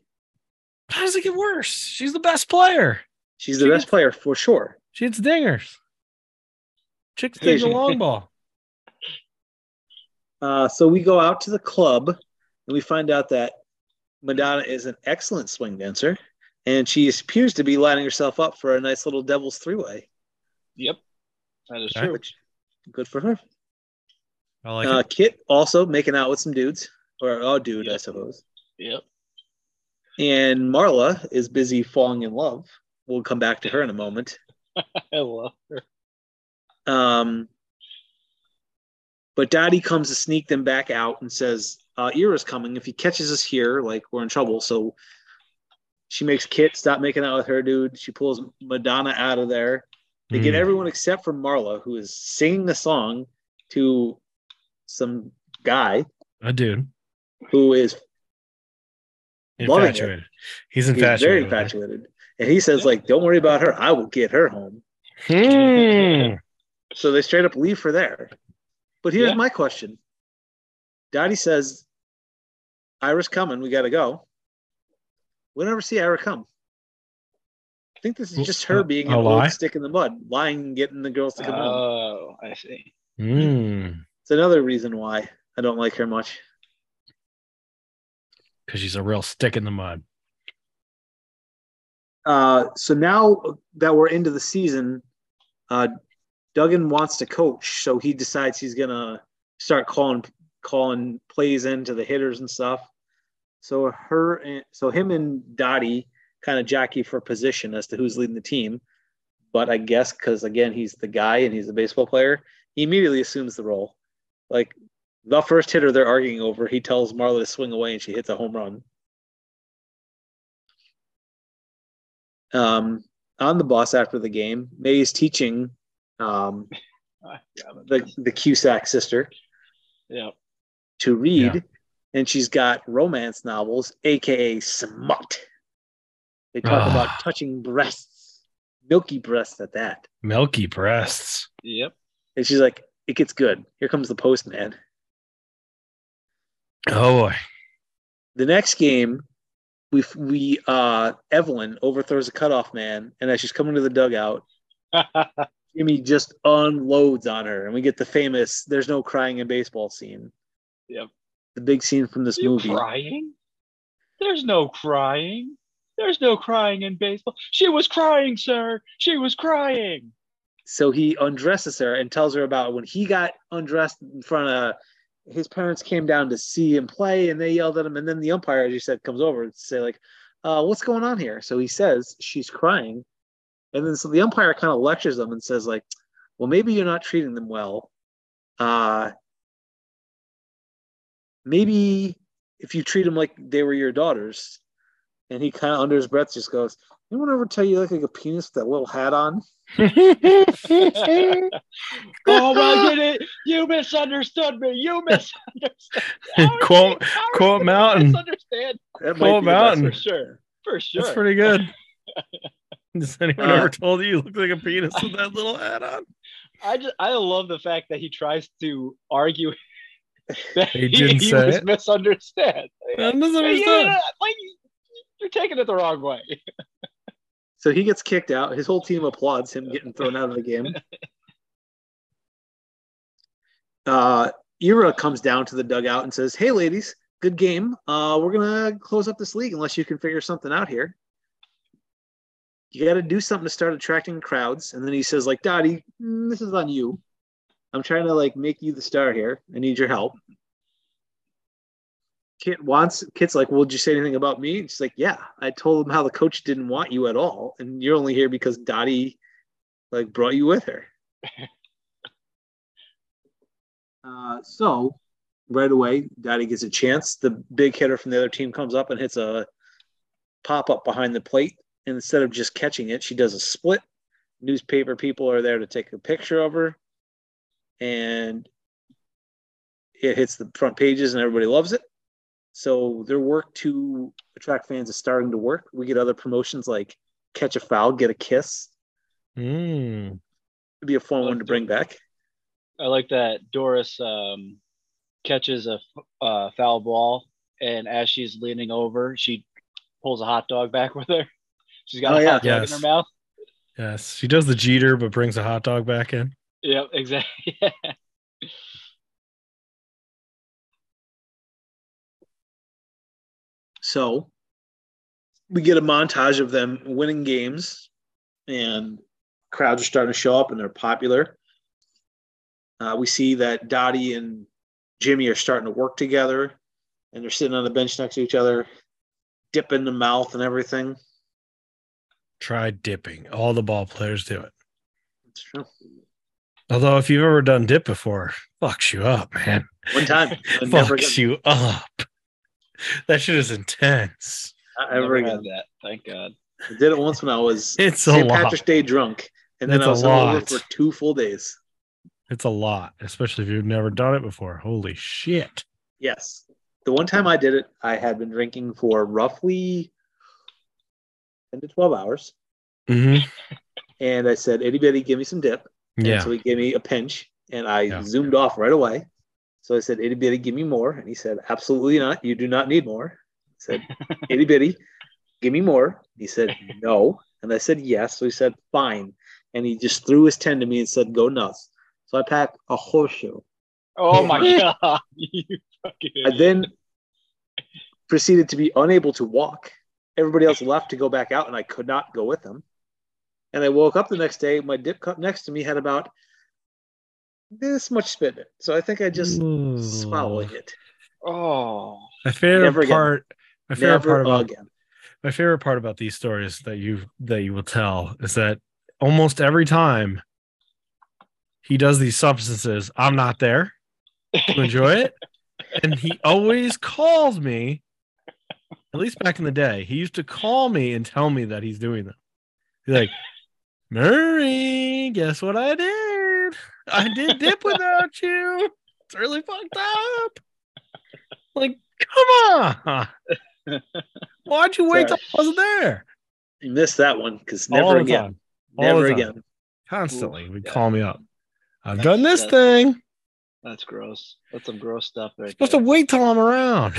Speaker 5: How does it get worse? She's the best player.
Speaker 3: She's the
Speaker 5: She
Speaker 3: best
Speaker 5: gets-
Speaker 3: player for sure.
Speaker 5: She hits dingers. Chick feeds a
Speaker 3: Station.
Speaker 5: long ball.
Speaker 3: Uh, so we go out to the club and we find out that Madonna is an excellent swing dancer and she appears to be lining herself up for a nice little devil's three way.
Speaker 4: Yep. That is
Speaker 5: Okay.
Speaker 4: true.
Speaker 3: Good for her.
Speaker 5: I like
Speaker 3: uh,
Speaker 5: it.
Speaker 3: Kit also making out with some dudes, or a dude, I
Speaker 4: Yeah.
Speaker 3: suppose.
Speaker 4: Yep. <laughs>
Speaker 3: And Marla is busy falling in love. We'll come back to her in a moment.
Speaker 4: I love her.
Speaker 3: Um, but Daddy comes to sneak them back out and says, uh, "Ira's coming. If he catches us here, like we're in trouble." So She makes Kit stop making out with her dude. She pulls Madonna out of there. They get
Speaker 5: Hmm.
Speaker 2: Mm.
Speaker 3: everyone except for Marla, who is singing a song to some guy
Speaker 2: A dude.
Speaker 3: who is Loving it.
Speaker 2: Infatuated. He's
Speaker 3: he's very
Speaker 2: infatuated. with
Speaker 3: infatuated. And he says, like, don't worry about her. I will get her home.
Speaker 2: her. Hmm.
Speaker 3: So they straight up leave her there. But here's
Speaker 4: Yeah.
Speaker 3: my question. Dottie says, Ira's coming. We got to go. We never see Ira come. I think this is just her
Speaker 2: A-
Speaker 3: being
Speaker 2: a
Speaker 3: an
Speaker 2: lie? Uh,
Speaker 3: old stick in the mud, lying and getting the girls to come home.
Speaker 4: Oh, I see.
Speaker 2: Hmm.
Speaker 3: It's another reason why I don't like her much.
Speaker 2: Because she's a real stick in the mud.
Speaker 3: Uh, so now that we're into the season, uh, Duggan wants to coach, so he decides he's gonna start calling calling plays into the hitters and stuff. So her, and, so him and Dottie kind of jockey for position as to who's leading the team. But I guess because again he's the guy and he's a baseball player, he immediately assumes the role. Like the first hitter they're arguing over, he tells Marla to swing away and she hits a home run. um, on the bus after the game. May is teaching um,
Speaker 4: I got it.
Speaker 3: the the Cusack sister
Speaker 4: Yeah.
Speaker 3: to read, and she's got romance novels, aka smut. They talk
Speaker 2: Ah.
Speaker 3: about touching breasts, milky breasts at that,
Speaker 2: Milky breasts.
Speaker 4: Yep.
Speaker 3: and she's like, "It gets good. Here comes the postman."
Speaker 2: Oh boy.
Speaker 3: The next game, we we uh, Evelyn overthrows a cutoff man, and as she's coming to the dugout, Jimmy just unloads on her, and we get the famous "There's no crying in baseball" scene.
Speaker 4: Yep.
Speaker 3: The big scene from this
Speaker 4: <laughs> you
Speaker 3: movie.
Speaker 4: crying? There's no crying. There's no crying in baseball. She was crying, sir. She was crying.
Speaker 3: So he undresses her and tells her about when he got undressed in front of his parents came down to see him play, and they yelled at him. And then the umpire, as you said, comes over and say like, uh, "What's going on here?" So he says she's crying, and then so the umpire kind of lectures them and says like, "Well, maybe you're not treating them well. Uh, maybe if you treat them like they were your daughters." And he kind of under his breath just goes, "Anyone ever tell you look like a penis with that little hat on?" <laughs>
Speaker 2: <laughs>
Speaker 4: oh well, you did You misunderstood me.
Speaker 2: <laughs>
Speaker 4: You misunderstood. How is
Speaker 2: Quote-
Speaker 4: she- how is
Speaker 2: quote
Speaker 4: she
Speaker 2: Mountain.
Speaker 4: Misunderstand
Speaker 3: That
Speaker 2: Cole
Speaker 3: might be the best
Speaker 2: Mountain.
Speaker 4: for sure. For sure.
Speaker 2: That's pretty good.
Speaker 3: <laughs>
Speaker 2: Has anyone
Speaker 3: Uh,
Speaker 2: ever told you you look like a penis with that little hat on?
Speaker 3: <laughs>
Speaker 4: I just I love the fact that he tries to argue <laughs> that
Speaker 2: He
Speaker 4: he,
Speaker 2: didn't
Speaker 4: he
Speaker 2: say
Speaker 4: was
Speaker 2: it.
Speaker 4: misunderstood.
Speaker 2: I misunderstood.
Speaker 4: Yeah, yeah, like you're taking it the wrong way. <laughs>
Speaker 3: So he gets kicked out. His whole team applauds him getting thrown out of the game. Uh, Ira comes down to the dugout and says, "Hey, ladies, good game. Uh, we're gonna close up this league unless you can figure something out here. You got to do something to start attracting crowds." And then he says, "Like Dottie, mm, this is on you. I'm trying to like make you the star here. I need your help." Kit wants Kit's like, well, did you say anything about me? And she's like, yeah, I told him how the coach didn't want you at all, and you're only here because Dottie like brought you with her. <laughs> uh, so right away, Dottie gets a chance. The big hitter from the other team comes up and hits a pop up behind the plate, and instead of just catching it, she does a split. Newspaper people are there to take a picture of her, and it hits the front pages, and everybody loves it. So their work to attract fans is starting to work. We get other promotions like catch a foul, get a kiss.
Speaker 2: Mm.
Speaker 3: It'd be a fun one to bring back.
Speaker 4: I like that Doris um, catches a f- uh, foul ball, and as she's leaning over, she pulls a hot dog back with her. She's got
Speaker 3: Oh,
Speaker 4: a
Speaker 3: yeah.
Speaker 4: hot dog
Speaker 2: Yes.
Speaker 4: in her mouth.
Speaker 2: Yes. She does the Jeter, but brings a hot dog back in.
Speaker 4: Yep, exactly. <laughs>
Speaker 3: So we get a montage of them winning games, and crowds are starting to show up, and they're popular. Uh, we see that Dottie and Jimmy are starting to work together, and they're sitting on the bench next to each other, dip in the mouth and everything.
Speaker 2: Try dipping. All the ball players do it.
Speaker 3: It's true.
Speaker 2: Although if you've ever done dip before, fucks you up, man.
Speaker 4: <laughs>
Speaker 3: One time, I never
Speaker 2: fucks you up. That shit is intense.
Speaker 3: Not
Speaker 4: Never
Speaker 3: ever
Speaker 4: had
Speaker 3: again.
Speaker 4: that. Thank God.
Speaker 3: I did it once when I was
Speaker 2: <laughs> It's a
Speaker 3: St.
Speaker 2: lot.
Speaker 3: Patrick's Day drunk, and then
Speaker 2: That's
Speaker 3: I
Speaker 2: a
Speaker 3: was hungover
Speaker 2: lot.
Speaker 3: for two full days.
Speaker 2: It's a lot, especially if you've never done it before. Holy shit.
Speaker 3: Yes, the one time I did it, I had been drinking for roughly ten to twelve hours,
Speaker 2: Mm-hmm.
Speaker 3: and I said, "Anybody, give me some dip." And
Speaker 2: Yeah.
Speaker 3: so he gave me a pinch and I
Speaker 2: Yeah.
Speaker 3: zoomed off right away. So I said, itty bitty, give me more. And he said, absolutely not. You do not need more. I
Speaker 2: <laughs>
Speaker 3: said, itty bitty, give me more. He said, no. And I said, yes. So he said, fine. And he just threw his 10 to me and said, go nuts. So I packed a horseshoe.
Speaker 4: Oh <laughs> my God. You fucking.
Speaker 3: I then proceeded to be unable to walk. Everybody else left to go back out, and I could not go with them. And I woke up the next day. My dip cup next to me had about this much spit in it. So I think I just
Speaker 2: Ooh.
Speaker 3: swallowed it.
Speaker 4: oh.
Speaker 2: My favorite
Speaker 3: Never again.
Speaker 2: part. My favorite
Speaker 3: Never
Speaker 2: part about
Speaker 3: again.
Speaker 2: my favorite part about these stories that you that you will tell is that almost every time he does these substances, I'm not there to enjoy it, and he always calls me. At least back in the day, he used to call me and tell me that he's doing them. He's like, "Murray, guess what I did? I did dip without you. It's really fucked up." Like, come on. Why'd you wait till
Speaker 4: Sorry.
Speaker 2: I wasn't there?
Speaker 3: You missed that one because
Speaker 2: All
Speaker 3: never
Speaker 2: the
Speaker 3: again.
Speaker 2: time. All
Speaker 3: Never
Speaker 2: the time.
Speaker 3: again.
Speaker 2: Constantly, would
Speaker 4: Yeah.
Speaker 2: call me up. I've
Speaker 4: That's-
Speaker 2: done this
Speaker 4: that's-
Speaker 2: thing. I'm
Speaker 4: That's gross. That's some gross stuff right
Speaker 2: supposed to
Speaker 4: there.
Speaker 2: wait till I'm
Speaker 3: <laughs>
Speaker 2: around.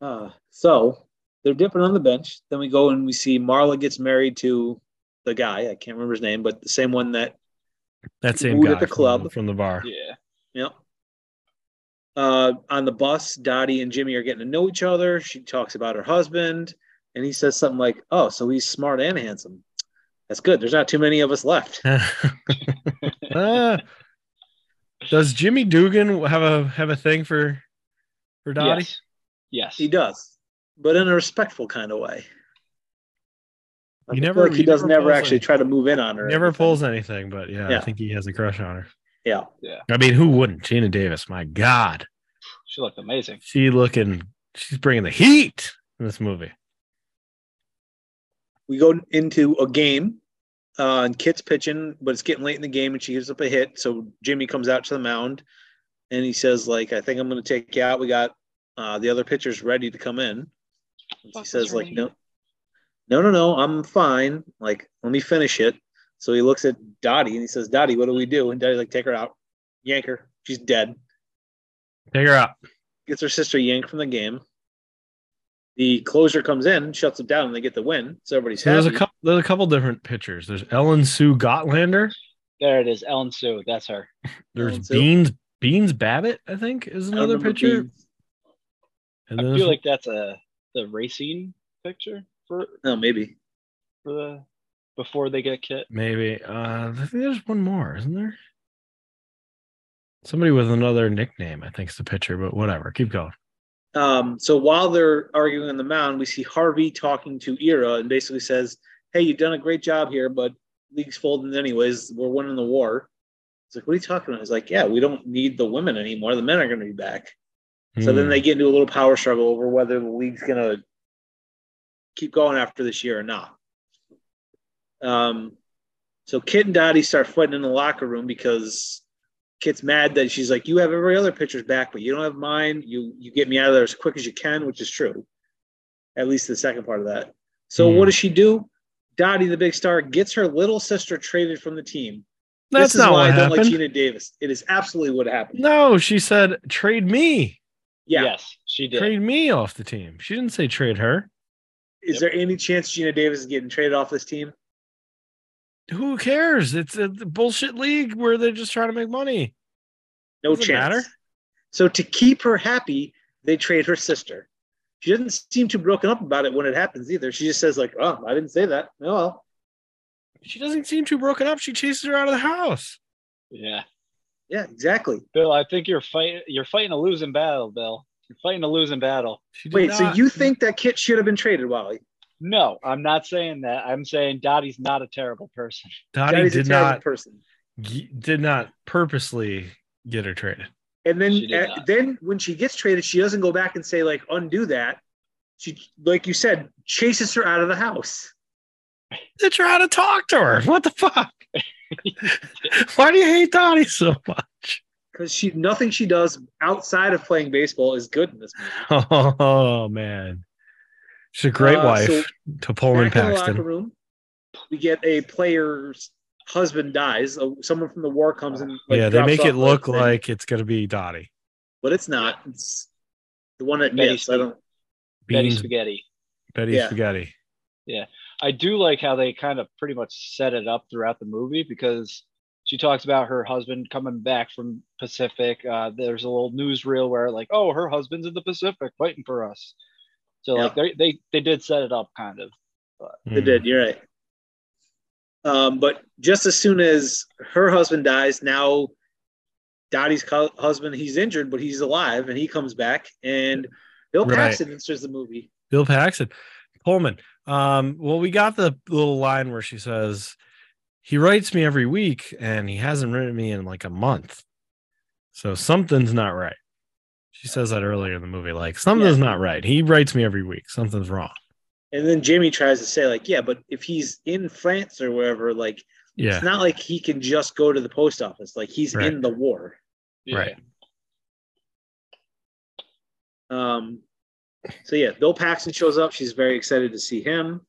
Speaker 3: Uh, so they're dipping on the bench. Then we go and we see Marla gets married to the guy. I can't remember his name, but the same one that
Speaker 2: That same
Speaker 3: Food
Speaker 2: guy
Speaker 3: at the
Speaker 2: from-
Speaker 3: club.
Speaker 2: from the bar.
Speaker 4: Yeah.
Speaker 3: Yep. Uh, on the bus, Dottie and Jimmy are getting to know each other. She talks about her husband, and he says something like, "Oh, so he's smart and handsome. That's good. There's not too many of
Speaker 2: <laughs>
Speaker 3: us left."
Speaker 4: <laughs>
Speaker 2: Ah. does Jimmy Dugan have a have a thing for for Dottie?
Speaker 4: Yes. Yes.
Speaker 3: He does, but in a respectful kind of way. I
Speaker 2: He
Speaker 3: feel
Speaker 2: never-
Speaker 3: like he,
Speaker 2: he
Speaker 3: does
Speaker 2: never
Speaker 3: never
Speaker 2: pulls
Speaker 3: actually
Speaker 2: any-
Speaker 3: try to move in on her.
Speaker 2: Never pulls anything, but yeah,
Speaker 3: Yeah.
Speaker 2: I think he has a crush on her.
Speaker 3: Yeah.
Speaker 2: I mean, who wouldn't? Gina Davis, my God,
Speaker 4: She looked amazing.
Speaker 2: she looking, she's bringing the heat in this movie.
Speaker 3: we go into a game uh, and Kit's pitching, but it's getting late in the game and she gives up a hit. So Jimmy comes out to the mound and he says, like, I think I'm going to take you out. We got uh, the other pitchers ready to come in. And she
Speaker 4: Fuck,
Speaker 3: says,
Speaker 4: that's
Speaker 3: like,
Speaker 4: right.
Speaker 3: no, no, no, no, I'm fine. Like, let me finish it. So he looks at Dottie and he says, Dottie, what do we do? And Dottie's like, take her out, yank her. She's dead
Speaker 2: Take her out.
Speaker 3: gets her sister yanked from the game. The closer comes in, shuts it down, and they get the win. So everybody's
Speaker 2: So
Speaker 3: happy.
Speaker 2: there's a couple. There's a couple different pictures. There's Ellen Sue Gotlander.
Speaker 4: There it is. Ellen Sue. That's her.
Speaker 2: There's
Speaker 3: Ellen Sue.
Speaker 2: Beans Beans Babbitt. I think is
Speaker 3: I
Speaker 2: another
Speaker 3: remember
Speaker 2: picture.
Speaker 3: being-
Speaker 2: And
Speaker 4: I
Speaker 2: then
Speaker 4: feel
Speaker 2: there's-
Speaker 4: like that's a the racing picture for
Speaker 3: oh, maybe.
Speaker 4: for the before they get kit.
Speaker 2: maybe uh, I think there's one more, isn't there? Somebody with another nickname. I think is the picture, but whatever. Keep going.
Speaker 3: Um, so while they're arguing on the mound, we see Harvey talking to Ira and basically says, Hey, you've done a great job here, but league's folding anyways. We're winning the war. It's like, What are you talking about? He's like, Yeah, we don't need the women anymore. The men are going to be back. So then
Speaker 2: Hmm.
Speaker 3: they get into a little power struggle over whether the league's going to keep going after this year or not. Um, so Kit and Dottie start fighting in the locker room because Kit's mad that she's like, "You have every other pitcher's back, but you don't have mine. You you get me out of there as quick as you can," which is true. At least the second part of that. So
Speaker 2: Hmm.
Speaker 3: what does she do? Dottie, the big star, gets her little sister traded from the team.
Speaker 2: That's
Speaker 3: this is
Speaker 2: not what
Speaker 3: why I don't
Speaker 2: happened.
Speaker 3: like Gina Davis. It is absolutely what happened.
Speaker 2: no, she said trade me.
Speaker 3: Yeah.
Speaker 4: Yes, she did.
Speaker 2: Trade me off the team. She didn't say trade her.
Speaker 3: Is there any chance Gina Davis is getting traded off this team?
Speaker 2: Who cares? It's a bullshit league where they're just trying to make money.
Speaker 3: No
Speaker 2: Doesn't
Speaker 3: chance.
Speaker 2: matter.
Speaker 3: So to keep her happy, they trade her sister. She doesn't seem too broken up about it when it happens either. She just says like, "Oh, I didn't say that." Oh, well.
Speaker 2: She doesn't seem too broken up. She chases her out of the house.
Speaker 4: Yeah,
Speaker 3: yeah, exactly.
Speaker 4: Bill. I think you're fighting. You're fighting a losing battle, Bill. You're fighting a losing battle.
Speaker 2: She did
Speaker 3: Wait, so
Speaker 2: not-
Speaker 3: you think that Kit should have been traded, Wally?
Speaker 4: No, I'm not saying that. I'm saying Dottie's not a terrible person.
Speaker 2: Dottie
Speaker 3: Daddy's a
Speaker 2: did
Speaker 3: terrible
Speaker 2: not
Speaker 3: person.
Speaker 2: g- did not purposely get her traded.
Speaker 3: And then,
Speaker 4: She did
Speaker 3: uh,
Speaker 4: not.
Speaker 3: then when she gets traded, she doesn't go back and say like undo that. She, like you said, chases her out of the house.
Speaker 2: They're trying to talk to her. What the fuck? <laughs> Why do you hate Donnie so much? <laughs>
Speaker 3: because she nothing she does outside of playing baseball is good in this movie.
Speaker 2: Oh man, she's a great
Speaker 3: Uh,
Speaker 2: wife
Speaker 3: so
Speaker 2: to Pullman
Speaker 3: back in the locker
Speaker 2: Paxton.
Speaker 3: room, we get a player's husband dies. Uh, Someone from the war comes and like,
Speaker 2: yeah, they
Speaker 3: drops
Speaker 2: make it
Speaker 3: off
Speaker 2: look
Speaker 3: a thing,
Speaker 2: like it's gonna be Dottie.
Speaker 3: but it's not. It's the one that
Speaker 4: Betty
Speaker 3: missed. I don't.
Speaker 4: Betty
Speaker 2: Beans-
Speaker 4: Spaghetti.
Speaker 2: Betty
Speaker 3: Yeah.
Speaker 2: Spaghetti.
Speaker 4: I do like how they kind of pretty much set it up throughout the movie because she talks about her husband coming back from Pacific. Uh, there's a little newsreel where like, oh, her husband's in the Pacific fighting for us. So like they, they they did set it up kind of.
Speaker 2: Hmm.
Speaker 3: They did. You're right. Um, but just as soon as her husband dies, now Dottie's co- husband he's injured, but he's alive, and he comes back, and Bill
Speaker 2: Right.
Speaker 3: Paxton enters the movie.
Speaker 2: Bill Paxton, Pullman. Um, well, we got the little line where she says, "He writes me every week, and he hasn't written me in like a month, so something's not right." She says that earlier in the movie, like something's not right. He writes me every week. Something's wrong.
Speaker 3: And then Jimmy tries to say, like, yeah, but if he's in France or wherever, like,
Speaker 2: Yeah,
Speaker 3: it's not like he can just go to the post office. Like, he's
Speaker 2: Right.
Speaker 3: in the war.
Speaker 2: Right.
Speaker 3: Um, so, yeah, Bill Paxton shows up. She's very excited to see him.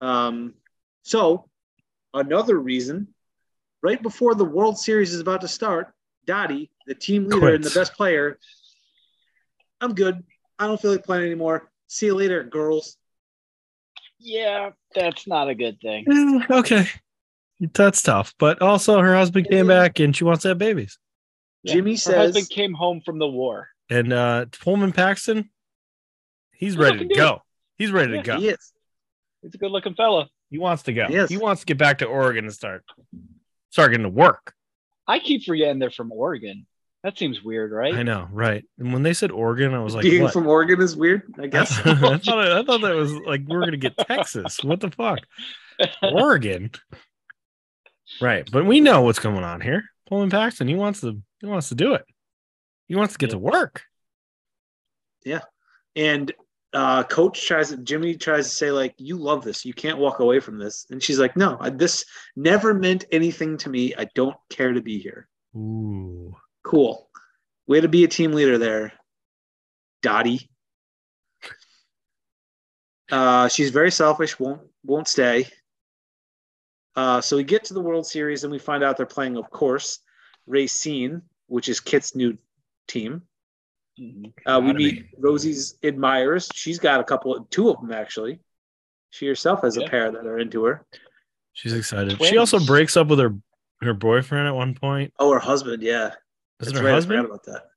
Speaker 3: Um, so, another reason right before the World Series is about to start, Dottie, the team leader and the
Speaker 2: Quits.
Speaker 3: best player, I'm good. I don't feel like playing anymore. See you later, girls.
Speaker 4: Yeah, that's not a good thing.
Speaker 2: Yeah, Eh, okay. That's tough. But also, her husband came back and she wants to have babies.
Speaker 4: Yeah.
Speaker 3: Jimmy
Speaker 4: Her husband
Speaker 3: says,
Speaker 4: came home from the war.
Speaker 2: And uh, Pullman Paxton, he's
Speaker 4: He's
Speaker 2: ready to
Speaker 4: looking good.
Speaker 2: go. He's ready to
Speaker 4: Yeah,
Speaker 2: go.
Speaker 3: he is.
Speaker 4: He's a good looking fella.
Speaker 2: He wants to go.
Speaker 3: He is.
Speaker 2: He wants to get back to Oregon and start start getting to work.
Speaker 4: I keep forgetting they're from Oregon. That seems weird, right?
Speaker 2: I know, right? And when they said Oregon, I was like,
Speaker 3: Being
Speaker 2: what? <laughs>
Speaker 3: from Oregon is weird, I
Speaker 2: I,
Speaker 3: guess.
Speaker 2: thought, I thought that was like we're gonna get Texas. What the
Speaker 4: <laughs>
Speaker 2: fuck, Oregon? Right, but we know what's going on here. Pullman Paxton, he wants to he wants to do it. He wants to get
Speaker 4: Yeah.
Speaker 2: to work.
Speaker 3: and uh, coach tries jimmy tries to say like you love this you can't walk away from this and she's like no I, this never meant anything to me i don't care to be here
Speaker 2: Ooh.
Speaker 3: cool way to be a team leader there dottie uh, she's very selfish won't won't stay uh, so we get to the world series and we find out they're playing of course racine which is kit's new team
Speaker 4: Mhm.
Speaker 3: uh, we
Speaker 2: Gotta be.
Speaker 3: meet Rosie's admirers. She's got a couple, two of them actually. She herself has a
Speaker 4: Yeah.
Speaker 3: pair that are into her.
Speaker 2: She's excited.
Speaker 4: Twins.
Speaker 2: She also breaks up with her her boyfriend at one point.
Speaker 3: Oh, her husband. Yeah,
Speaker 2: Is it
Speaker 3: That's
Speaker 2: her
Speaker 3: right, I
Speaker 2: husband?
Speaker 3: forgot about that.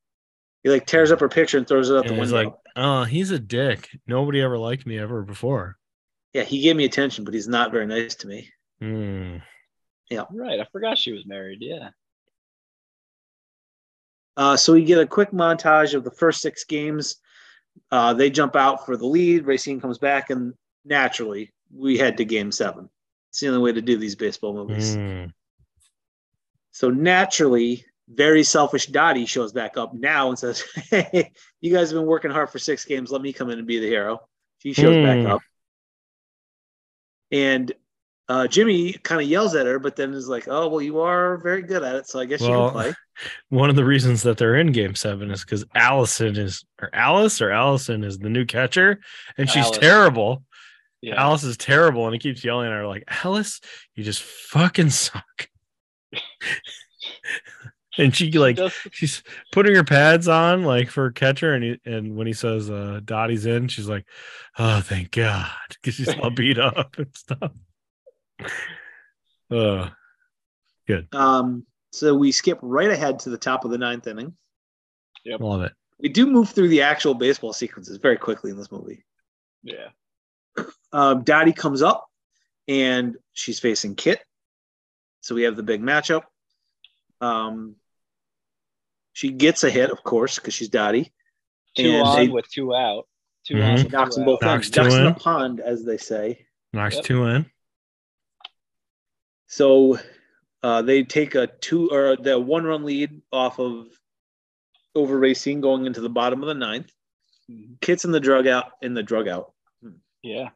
Speaker 3: He like tears up her picture and throws it out the
Speaker 2: And he's
Speaker 3: window.
Speaker 2: like, "Oh, he's a dick. Nobody ever liked me ever before."
Speaker 3: yeah, he gave me attention, but he's not very nice to me.
Speaker 2: Hmm.
Speaker 4: Right. I forgot she was married. Yeah.
Speaker 3: Uh, so we get a quick montage of the first six games. Uh, they jump out for the lead. Racine comes back, and naturally, we head to Game Seven. It's the only way to do these baseball movies.
Speaker 2: Hmm.
Speaker 3: So naturally, very selfish Dottie shows back up now and says, <laughs> Hey, you guys have been working hard for six games. Let me come in and be the hero. She shows
Speaker 2: Hmm.
Speaker 3: back up. And uh, Jimmy kind of yells at her, but then is like, Oh, well, you are very good at it. So I guess you
Speaker 2: Well,
Speaker 3: can play.
Speaker 2: One of the reasons that they're in Game Seven is because Allison is, or Alice, or Allison is the new catcher, and she's
Speaker 4: Alice.
Speaker 2: terrible.
Speaker 4: Yeah.
Speaker 2: Alice is terrible, and he keeps yelling at her like, "Alice, you just fucking suck." <laughs> and she like
Speaker 4: Does-
Speaker 2: she's putting her pads on like for catcher and he, and when he says uh dottie's in she's like oh thank god because she's all
Speaker 4: <laughs>
Speaker 2: beat up and stuff uh
Speaker 3: Um, so we skip right ahead to the top of the ninth inning.
Speaker 2: love it
Speaker 3: We do move through the actual baseball sequences very quickly in this movie.
Speaker 4: yeah.
Speaker 3: um, Dottie comes up and she's facing Kit. So we have the big matchup. Um, she gets a hit, of course, because she's Dottie.
Speaker 4: Two
Speaker 3: And
Speaker 4: on
Speaker 3: they-
Speaker 4: with two out. 2
Speaker 2: Mhm.
Speaker 4: on.
Speaker 3: She
Speaker 4: with
Speaker 3: knocks
Speaker 4: two
Speaker 3: them both
Speaker 4: out.
Speaker 2: Knocks
Speaker 3: out.
Speaker 2: two
Speaker 3: Ducks in the
Speaker 2: in.
Speaker 3: pond, as they say.
Speaker 2: knocks
Speaker 4: Yep.
Speaker 2: two in
Speaker 3: So uh, they take a two or the one run lead off of over Racine going into the bottom of the ninth.
Speaker 4: Mhm.
Speaker 3: Kit's in the drug out in the drug out.
Speaker 4: Yeah.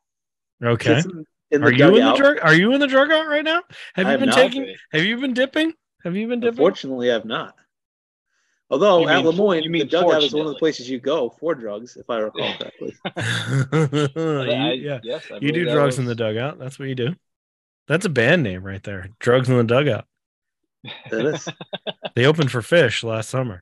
Speaker 2: Okay.
Speaker 3: Kit's in, in the
Speaker 2: Are you
Speaker 3: dugout.
Speaker 2: in the drug? Are you in the drug out right now? Have
Speaker 3: I
Speaker 2: you
Speaker 3: am
Speaker 2: been
Speaker 3: not.
Speaker 2: taking? Have you been dipping? Have you been dipping?
Speaker 4: <laughs>
Speaker 3: Unfortunately, I've not. Although
Speaker 4: You
Speaker 3: at
Speaker 4: mean-
Speaker 3: Lemoyne,
Speaker 4: you
Speaker 3: the
Speaker 4: mean
Speaker 3: dugout is one of the
Speaker 4: fortunately.
Speaker 3: places you go for drugs, if I
Speaker 4: <laughs>
Speaker 3: recall correctly.
Speaker 2: <laughs> You-
Speaker 4: I-
Speaker 2: yeah,
Speaker 4: Yes, I
Speaker 2: you do
Speaker 4: believe that
Speaker 2: drugs in the
Speaker 4: was- <laughs>
Speaker 2: dugout. That's what you do. That's a band name right there. Drugs in the dugout.
Speaker 3: That is.
Speaker 2: They opened for Fish last summer.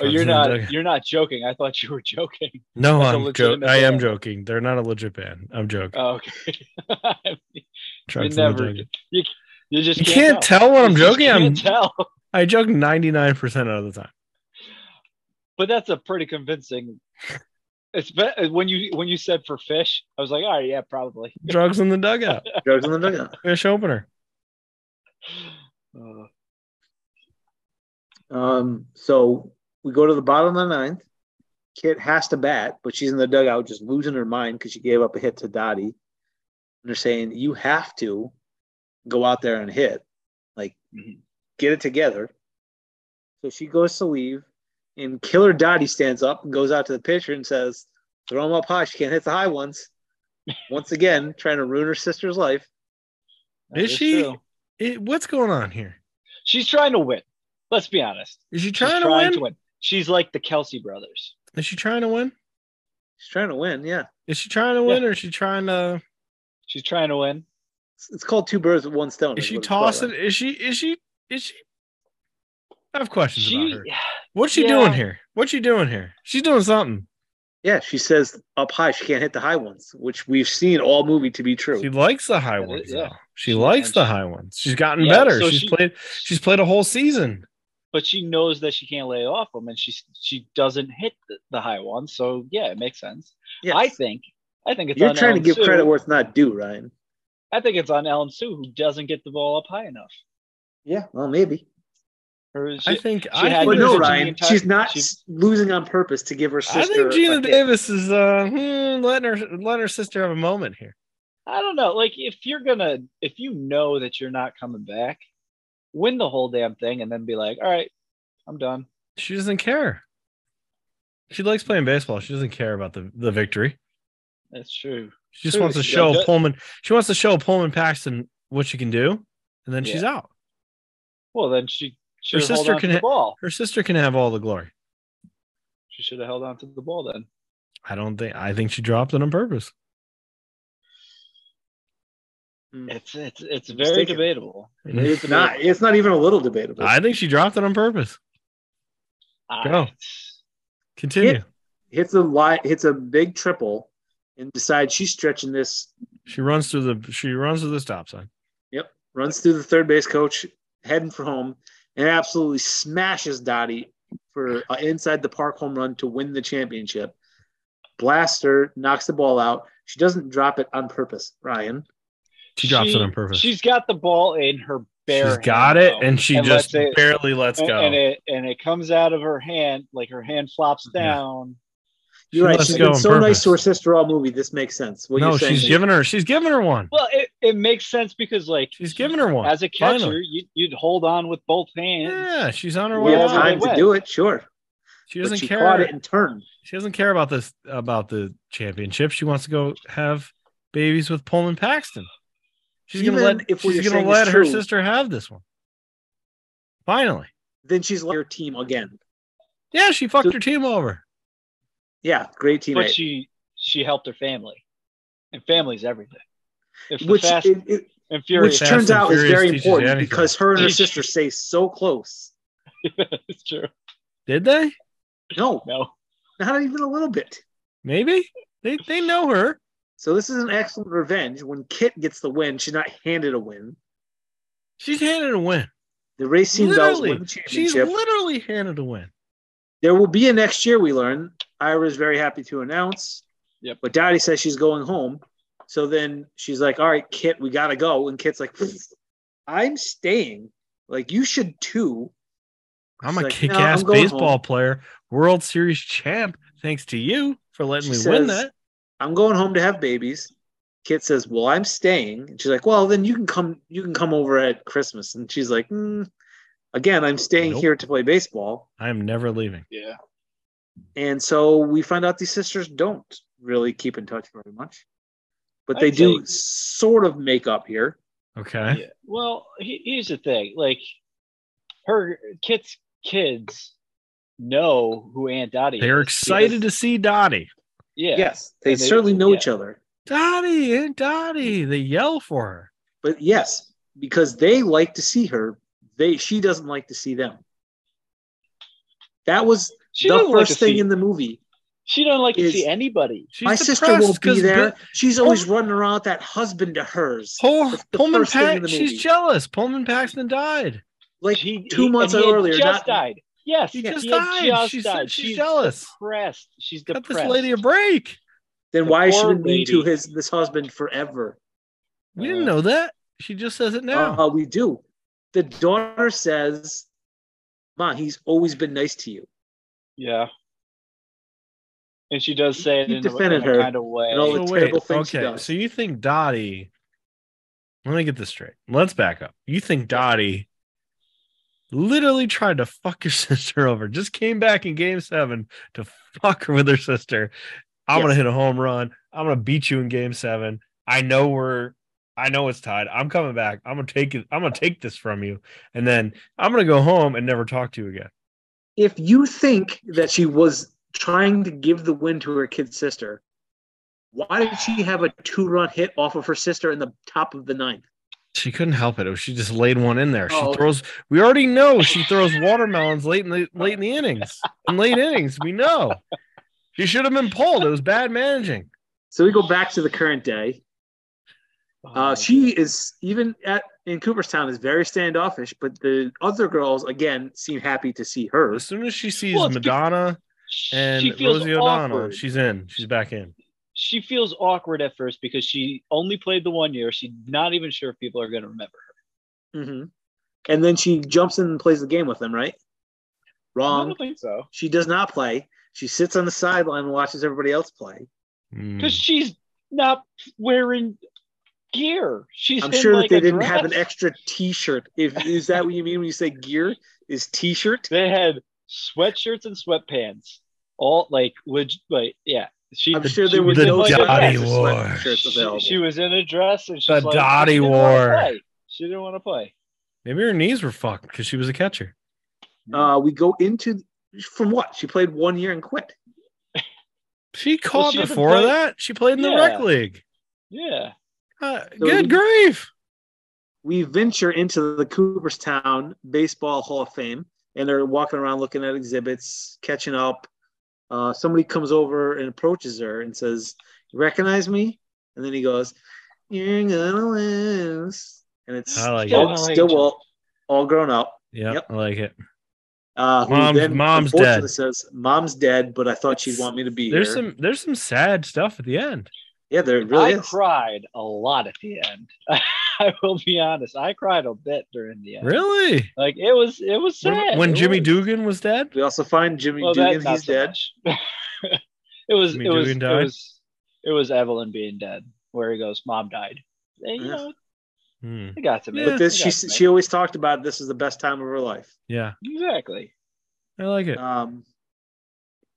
Speaker 4: Oh,
Speaker 2: Drugs
Speaker 4: you're
Speaker 2: in the
Speaker 4: not.
Speaker 2: dugout.
Speaker 4: You're not joking. I thought you were joking. <laughs>
Speaker 2: No,
Speaker 4: That's a
Speaker 2: I'm joking.
Speaker 4: legitimate
Speaker 2: I am
Speaker 4: band.
Speaker 2: joking. They're not a legit band. I'm joking.
Speaker 4: Oh, okay. <laughs>
Speaker 2: Drugs
Speaker 4: you
Speaker 2: in the
Speaker 4: never-
Speaker 2: dugout.
Speaker 4: you, you just
Speaker 2: You can't tell when I'm
Speaker 4: You just
Speaker 2: joking. I'm,
Speaker 4: can't tell. <laughs>
Speaker 2: I joke 99% of the time.
Speaker 4: But that's a pretty convincing. It's be- uh, when you when you said for fish, I was like, all right, yeah, probably.
Speaker 2: Drugs in the
Speaker 4: <laughs>
Speaker 2: dugout.
Speaker 3: drugs in the dugout.
Speaker 2: Fish opener.
Speaker 4: Uh,
Speaker 3: Um, so we go to the bottom of the ninth. Kit has to bat, but she's in the dugout just losing her mind because she gave up a hit to Dottie. And they're saying, you have to go out there and hit. Like,
Speaker 2: Mm-hmm.
Speaker 4: Mhm.
Speaker 3: get it together. So she goes to leave, and Killer Dottie stands up and goes out to the pitcher and says, throw him up high. She can't hit the
Speaker 2: <laughs>
Speaker 3: high ones. Once again, trying to ruin her sister's life.
Speaker 4: that
Speaker 2: Is she-
Speaker 4: true.
Speaker 2: It, what's going on here?
Speaker 4: She's trying to win. Let's be honest.
Speaker 2: Is she
Speaker 4: She's
Speaker 2: trying, to,
Speaker 4: trying
Speaker 2: win?
Speaker 4: to win. She's like the Kelsey brothers.
Speaker 2: Is she trying to win?
Speaker 3: She's trying to win, yeah.
Speaker 2: Is she trying to win or is she trying to
Speaker 4: She's trying to win.
Speaker 3: It's, it's called two birds with one stone.
Speaker 2: is she
Speaker 3: what it's called,
Speaker 2: tossing?
Speaker 3: right?
Speaker 2: Is she is she is she I have questions
Speaker 4: She,
Speaker 2: about her. What's she
Speaker 4: yeah.
Speaker 2: doing here? What's she doing here? She's doing something.
Speaker 3: Yeah, she says up high she can't hit the high ones, which we've seen all movie to be true.
Speaker 2: She likes the high
Speaker 4: Yeah,
Speaker 2: ones.
Speaker 4: yeah.
Speaker 2: Though. She
Speaker 4: She-
Speaker 2: likes
Speaker 4: and
Speaker 2: the
Speaker 4: she-
Speaker 2: high ones. She's gotten
Speaker 4: Yeah,
Speaker 2: better.
Speaker 4: so
Speaker 2: she's
Speaker 4: she-
Speaker 2: played she's played a whole season.
Speaker 4: but she knows that she can't lay off them, and she she doesn't hit the, the high ones. So yeah, it makes sense.
Speaker 3: Yeah.
Speaker 4: I think I think it's
Speaker 3: You're
Speaker 4: on
Speaker 3: trying to
Speaker 4: Ellen
Speaker 3: give
Speaker 4: Sue.
Speaker 3: credit where it's not due, Ryan.
Speaker 4: I think it's on Ellen Sue who doesn't get the ball up high enough.
Speaker 3: Yeah, well, maybe.
Speaker 4: Or
Speaker 2: I
Speaker 4: she,
Speaker 2: think I
Speaker 4: had
Speaker 2: think
Speaker 3: But
Speaker 4: Gina
Speaker 2: it's-
Speaker 3: no,
Speaker 4: Davis-
Speaker 3: Ryan,
Speaker 4: Gina-
Speaker 3: she's not
Speaker 4: she-
Speaker 3: s- losing on purpose to give her
Speaker 2: I
Speaker 3: sister.
Speaker 2: think
Speaker 3: a
Speaker 2: Gina
Speaker 3: hit.
Speaker 2: Davis is uh hmm, letting her letting her sister have a moment here.
Speaker 4: I don't know. Like if you're gonna if you know that you're not coming back, win the whole damn thing, and then be like, all right, I'm done.
Speaker 2: She doesn't care. She likes playing baseball. She doesn't care about the, the victory.
Speaker 4: That's true.
Speaker 2: She just
Speaker 4: True,
Speaker 2: wants to
Speaker 4: she
Speaker 2: show
Speaker 4: does.
Speaker 2: Pullman. She wants to show Pullman Paxton what she can do, and then
Speaker 4: Yeah.
Speaker 2: she's out.
Speaker 4: Well, then she
Speaker 2: Her
Speaker 4: should have held
Speaker 2: sister
Speaker 4: on to
Speaker 2: can
Speaker 4: the
Speaker 2: hit-
Speaker 4: ball.
Speaker 2: Her sister can have all the glory.
Speaker 4: She should have held on to the ball then.
Speaker 2: I don't think. I think she dropped it on purpose.
Speaker 4: It's it's it's
Speaker 3: I'm
Speaker 4: very
Speaker 3: mistaken.
Speaker 4: debatable.
Speaker 3: It's not. It's not even a little debatable.
Speaker 2: I think she dropped it on purpose. Go.
Speaker 4: I-
Speaker 2: Continue.
Speaker 3: Yeah. hits a li- hits a big triple, and decides she's stretching this.
Speaker 2: She runs through the. She runs through the stop sign.
Speaker 3: Runs through the third base coach, heading for home, and absolutely smashes Dottie for uh, inside the park home run to win the championship. Blasts her, knocks the ball out. She doesn't drop it on purpose, Ryan.
Speaker 2: She drops it on purpose.
Speaker 4: She's got the ball in her bare.
Speaker 2: She's got
Speaker 4: hand,
Speaker 2: it,
Speaker 4: though,
Speaker 2: and she
Speaker 4: lets
Speaker 2: just
Speaker 4: it-
Speaker 2: barely lets
Speaker 4: and,
Speaker 2: go.
Speaker 4: and it and it comes out of her hand like her hand flops
Speaker 2: Yeah.
Speaker 4: down.
Speaker 2: She
Speaker 3: You're right.
Speaker 2: lets
Speaker 3: She's
Speaker 2: go
Speaker 3: been
Speaker 2: on
Speaker 3: so nice
Speaker 2: purpose.
Speaker 3: to her sister all movie. This makes sense. What
Speaker 2: no,
Speaker 3: you're saying
Speaker 2: she's
Speaker 3: is-
Speaker 2: giving her. She's giving her one.
Speaker 4: Well, it, it makes sense because like
Speaker 2: She's giving her one.
Speaker 4: as a catcher,
Speaker 2: finally.
Speaker 4: you, you'd hold on with both hands.
Speaker 2: Yeah, she's on her
Speaker 3: we
Speaker 2: way.
Speaker 3: have
Speaker 4: Yeah,
Speaker 2: out.
Speaker 3: time to do it. Sure,
Speaker 2: She
Speaker 3: but
Speaker 2: doesn't
Speaker 3: she
Speaker 2: care.
Speaker 3: caught it and turned.
Speaker 2: She doesn't care about this about the championship. She wants to go have babies with Pullman Paxton. She's gonna
Speaker 3: Even
Speaker 2: let
Speaker 3: if what
Speaker 2: she's
Speaker 3: you're
Speaker 2: gonna
Speaker 3: saying is
Speaker 2: let her
Speaker 3: true-
Speaker 2: sister have this one. Finally,
Speaker 3: Then she's like your team again.
Speaker 2: yeah, she fucked
Speaker 3: So-
Speaker 2: her team over.
Speaker 3: Yeah, great teammate.
Speaker 4: But she she helped her family, and family's everything. If the
Speaker 3: which
Speaker 4: fast
Speaker 3: it- it-
Speaker 4: and
Speaker 3: which
Speaker 4: furious,
Speaker 2: Fast
Speaker 3: turns
Speaker 2: and
Speaker 3: out is
Speaker 2: Furious
Speaker 3: very
Speaker 2: teaches you
Speaker 3: important
Speaker 2: anything.
Speaker 3: because her and her sister stay so close.
Speaker 4: <laughs> it's true.
Speaker 2: Did they?
Speaker 3: No,
Speaker 4: No,
Speaker 3: not even a little bit.
Speaker 2: Maybe they they know her.
Speaker 3: So this is an excellent revenge. When Kit gets the win, she's not handed a win.
Speaker 2: She's handed a win.
Speaker 3: The Racine Bells win
Speaker 2: Literally,
Speaker 3: the
Speaker 2: she's
Speaker 3: championship.
Speaker 2: literally handed a win.
Speaker 3: There will be a next year, we learn. Ira's very happy to announce.
Speaker 4: Yep.
Speaker 3: But Dottie says she's going home. So then she's like, all right, Kit, we got to go. And Kit's like, I'm staying. Like, you should too.
Speaker 2: I'm
Speaker 3: She's
Speaker 2: a
Speaker 3: like, "No, I'm
Speaker 2: kick-ass
Speaker 3: going
Speaker 2: baseball
Speaker 3: home."
Speaker 2: player, World Series champ. Thanks to you for letting me
Speaker 3: She
Speaker 2: win
Speaker 3: says-
Speaker 2: that.
Speaker 3: I'm going home to have babies. Kit says, "Well, I'm staying." And she's like, "Well, then you can come. You can come over at Christmas." And she's like, mm, Again, I'm staying
Speaker 2: Nope.
Speaker 3: here to play baseball.
Speaker 2: I am never leaving.
Speaker 4: Yeah.
Speaker 3: And so we find out these sisters don't really keep in touch very much, but they
Speaker 4: I'd
Speaker 3: do
Speaker 4: say-
Speaker 3: sort of make up here.
Speaker 2: Okay.
Speaker 4: Yeah. Well, he, here's the thing. Like, her Kit's kids know who Aunt Dottie
Speaker 2: They're
Speaker 4: is.
Speaker 2: excited to see Dottie.
Speaker 4: Yeah.
Speaker 3: Yes, they,
Speaker 4: And they-
Speaker 3: certainly know
Speaker 4: yeah.
Speaker 3: each other.
Speaker 2: Dottie and Dottie. They yell for her.
Speaker 3: But yes, because they like to see her, they she doesn't like to see them. That was
Speaker 4: She
Speaker 3: the
Speaker 4: doesn't like
Speaker 3: first
Speaker 4: to
Speaker 3: thing
Speaker 4: see.
Speaker 3: in the movie.
Speaker 4: she doesn't like to
Speaker 3: is-
Speaker 4: see anybody.
Speaker 2: She's
Speaker 3: My sister will
Speaker 2: depressed
Speaker 3: be
Speaker 2: 'cause
Speaker 3: there.
Speaker 2: Bill-
Speaker 3: She's always
Speaker 4: Oh.
Speaker 3: running around with that husband of hers.
Speaker 2: Pol-
Speaker 3: That's the
Speaker 2: Pullman
Speaker 3: first thing in
Speaker 2: Pax.
Speaker 3: the
Speaker 2: She's
Speaker 3: movie.
Speaker 2: jealous. Pullman Paxton died.
Speaker 3: Like
Speaker 4: He-
Speaker 3: two
Speaker 4: he-
Speaker 3: months
Speaker 4: and he had
Speaker 3: earlier, not-
Speaker 4: just died. Yes,
Speaker 2: She
Speaker 4: he
Speaker 2: just
Speaker 4: had
Speaker 2: died.
Speaker 4: just
Speaker 2: she
Speaker 4: died.
Speaker 2: said she's, jealous.
Speaker 4: depressed. She's
Speaker 2: Cut
Speaker 4: depressed.
Speaker 2: this lady a break.
Speaker 3: then
Speaker 4: the
Speaker 3: why has she
Speaker 4: poor
Speaker 3: been mean to
Speaker 4: lady.
Speaker 3: his this husband forever?
Speaker 2: We didn't know that. She just says it now.
Speaker 3: Uh, we do. The daughter says, Ma, he's always been nice to you.
Speaker 4: Yeah. And she does say it
Speaker 3: He
Speaker 4: in, a-
Speaker 3: defended
Speaker 4: in a,
Speaker 3: her
Speaker 4: kind of way.
Speaker 3: and all the terrible things she
Speaker 2: okay.
Speaker 3: does.
Speaker 2: So you think Dottie? Let me get this straight. Let's back up. You think Dottie literally tried to fuck your <laughs> sister over? Just came back in Game Seven to fuck her with her sister. I'm gonna
Speaker 3: Yes.
Speaker 2: hit a home run. I'm gonna beat you in Game Seven. I know we're. I know it's tied. I'm coming back. I'm gonna take it. I'm gonna take this from you, and then I'm gonna go home and never talk to you again.
Speaker 3: If you think that she was trying to give the win to her kid sister, why did she have a two run hit off of her sister in the top of the ninth?
Speaker 2: She couldn't help it. It was- She just laid one in there. She
Speaker 3: Oh.
Speaker 2: throws. We already know
Speaker 4: <laughs>
Speaker 2: she throws watermelons late in the late in the innings. In late innings, we know she should have been pulled. It was bad managing.
Speaker 3: So we go back to the current day.
Speaker 4: Oh,
Speaker 3: Uh, she is even at in Cooperstown is very standoffish, but the other girls again seem happy to see her.
Speaker 2: As soon as she sees
Speaker 4: Well, it's be-
Speaker 2: Madonna and
Speaker 4: she feels
Speaker 2: Rosie O'Donnell,
Speaker 4: awkward.
Speaker 2: she's in. She's back in.
Speaker 4: she feels awkward at first because she only played the one year. She's not even sure if people are going to remember her.
Speaker 3: hmm And then she jumps in and plays the game with them, right?
Speaker 4: I
Speaker 3: Wrong.
Speaker 4: don't think so.
Speaker 3: She does not play. She sits on the sideline and watches everybody else play.
Speaker 2: Mm.
Speaker 4: Because she's not wearing gear. She's
Speaker 3: I'm
Speaker 4: in,
Speaker 3: sure
Speaker 4: like,
Speaker 3: that they
Speaker 4: a
Speaker 3: didn't have an
Speaker 4: dress.
Speaker 3: extra T-shirt. If is that what you mean when you say gear is T-shirt?
Speaker 4: They had sweatshirts and sweatpants. All like, leg- like yeah. She,
Speaker 3: I'm sure there
Speaker 4: she
Speaker 3: were
Speaker 4: was
Speaker 2: The
Speaker 4: in,
Speaker 3: no
Speaker 4: like, a
Speaker 2: Dottie
Speaker 4: dress.
Speaker 3: sweatpants or
Speaker 2: War.
Speaker 3: sweatshirts
Speaker 4: She,
Speaker 3: available.
Speaker 4: she was in a dress and she's
Speaker 2: The
Speaker 4: like,
Speaker 2: Dottie
Speaker 4: she didn't wanna
Speaker 2: War.
Speaker 4: play. She didn't want to play.
Speaker 2: Maybe her knees were fucked because she was a catcher.
Speaker 3: uh, we go into from what she played one year and quit.
Speaker 2: She caught
Speaker 4: she had been
Speaker 2: before
Speaker 4: playing-
Speaker 2: that. She played in the
Speaker 4: Yeah.
Speaker 2: rec league.
Speaker 4: Yeah.
Speaker 2: Uh,
Speaker 3: So
Speaker 2: good
Speaker 3: we-
Speaker 2: grief!
Speaker 3: We venture into the Cooperstown Baseball Hall of Fame, and they're walking around looking at exhibits, catching up. Uh, somebody comes over and approaches her and says, "You "Recognize me?" And then he goes, "You're gonna lose." And it's
Speaker 2: I like
Speaker 3: still,
Speaker 4: it.
Speaker 3: still all, all grown up.
Speaker 2: Yeah,
Speaker 3: Yep.
Speaker 2: I like it.
Speaker 3: Uh, who
Speaker 2: Mom's-
Speaker 3: then
Speaker 2: mom's
Speaker 3: unfortunately
Speaker 2: dead.
Speaker 3: Says mom's dead, but I thought she'd want me to be
Speaker 2: There's
Speaker 3: here.
Speaker 2: some there's some sad stuff at the end.
Speaker 3: yeah, there really
Speaker 4: I
Speaker 3: is.
Speaker 4: cried a lot at the end. <laughs> I will be honest. I cried a bit during the end.
Speaker 2: Really?
Speaker 4: Like it was it was
Speaker 2: What about-
Speaker 4: sad.
Speaker 2: when
Speaker 4: It
Speaker 2: Jimmy
Speaker 4: was.
Speaker 2: Dugan was dead?
Speaker 3: We also find Jimmy
Speaker 4: well, that,
Speaker 3: Dugan.
Speaker 4: not
Speaker 3: He's
Speaker 4: so
Speaker 3: dead.
Speaker 4: much. <laughs> it was
Speaker 2: Jimmy
Speaker 4: it was,
Speaker 2: Dugan
Speaker 4: it
Speaker 2: died?
Speaker 4: was it was Evelyn being dead where he goes, Mom died. They, you
Speaker 3: Yeah.
Speaker 4: know,
Speaker 2: Hmm.
Speaker 4: they got to me.
Speaker 2: Yeah.
Speaker 3: But this, she
Speaker 4: They got to me.
Speaker 3: she always talked about this is the best time of her life.
Speaker 2: Yeah,
Speaker 4: exactly.
Speaker 2: I like it.
Speaker 3: Um,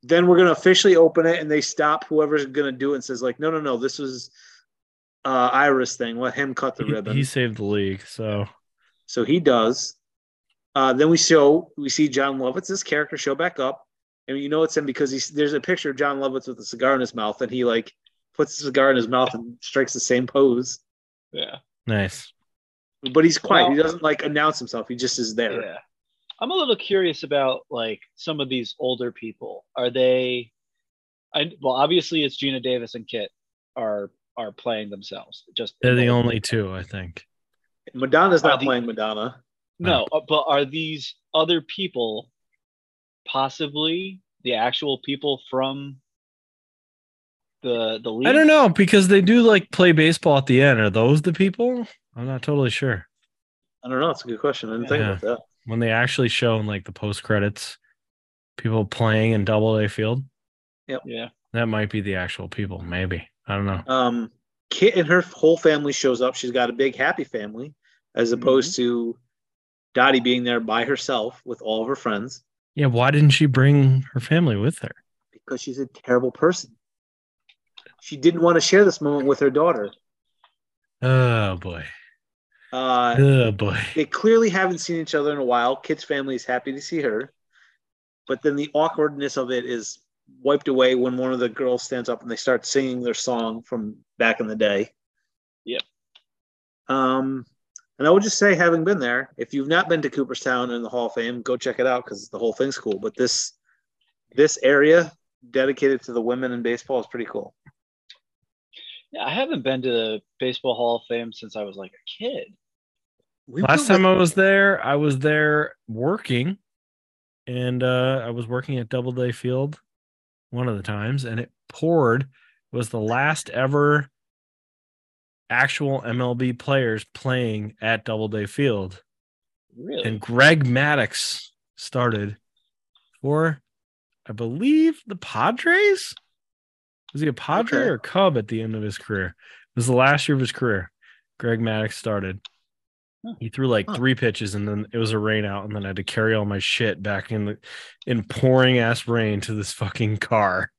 Speaker 3: then we're gonna officially open it, and they stop whoever's gonna do it and says like, no, no, no, this was uh, Iris thing. Let him cut the
Speaker 2: He-
Speaker 3: ribbon.
Speaker 2: He, saved the league, so
Speaker 3: so he does. Uh, then we show we see John Lovitz's character show back up, and you know it's him because he's there's a picture of John Lovitz with a cigar in his mouth, and he like puts the cigar in his mouth and strikes the same pose,
Speaker 4: Yeah.
Speaker 2: nice.
Speaker 3: but he's quiet. he
Speaker 4: Well-
Speaker 3: doesn't like announce himself. He just is there.
Speaker 4: Yeah. I'm a little curious about like some of these older people. Are they I well obviously it's Gina Davis and Kit are are playing themselves. Just
Speaker 2: They're the only two, I think.
Speaker 3: Madonna's
Speaker 4: Are
Speaker 3: not
Speaker 4: Uh, the-
Speaker 3: playing Madonna.
Speaker 4: No, uh, but are these other people possibly the actual people from the the league?
Speaker 2: I don't know because they do like play baseball at the end. Are those the people? I'm not totally sure.
Speaker 3: I don't know. That's a good question. I didn't think
Speaker 2: Yeah.
Speaker 3: about that.
Speaker 2: When they actually show in like the post credits, people playing in Double A field,
Speaker 4: Yeah.
Speaker 2: that might be the actual people. Maybe I don't know.
Speaker 3: um, Kit and her whole family shows up. She's got a big happy family, as opposed to Dottie being there by herself with all of her friends
Speaker 2: Yeah, why didn't she bring her family with her?
Speaker 3: because she's a terrible person. She didn't want to share this moment with her daughter.
Speaker 2: Oh boy.
Speaker 3: Uh,
Speaker 2: Oh boy.
Speaker 3: they clearly haven't seen each other in a while. Kit's family is happy to see her, but then the awkwardness of it is wiped away when one of the girls stands up and they start singing their song from back in the day.
Speaker 4: Yep.
Speaker 3: Um, and I would just say, having been there, if you've not been to Cooperstown and the Hall of Fame, go check it out because the whole thing's cool. But this this area dedicated to the women in baseball is pretty cool.
Speaker 4: Yeah, I haven't been to the Baseball Hall of Fame since I was like a kid.
Speaker 3: We
Speaker 2: Last
Speaker 3: were
Speaker 2: time I
Speaker 3: with-
Speaker 2: was there, I was there working and uh I was working at Doubleday Field one of the times and it poured It was the last ever actual MLB players playing at Doubleday Field
Speaker 4: Really?
Speaker 2: and Greg Maddox started for, I believe, the Padres. Was he a Padre
Speaker 3: Okay.
Speaker 2: or Cub at the end of his career? It was the last year of his career. Greg Maddox started.
Speaker 4: Huh.
Speaker 2: He threw like
Speaker 3: Huh.
Speaker 2: three pitches, and then it was a rain out, and then I had to carry all my shit back in the in pouring ass rain to this fucking car.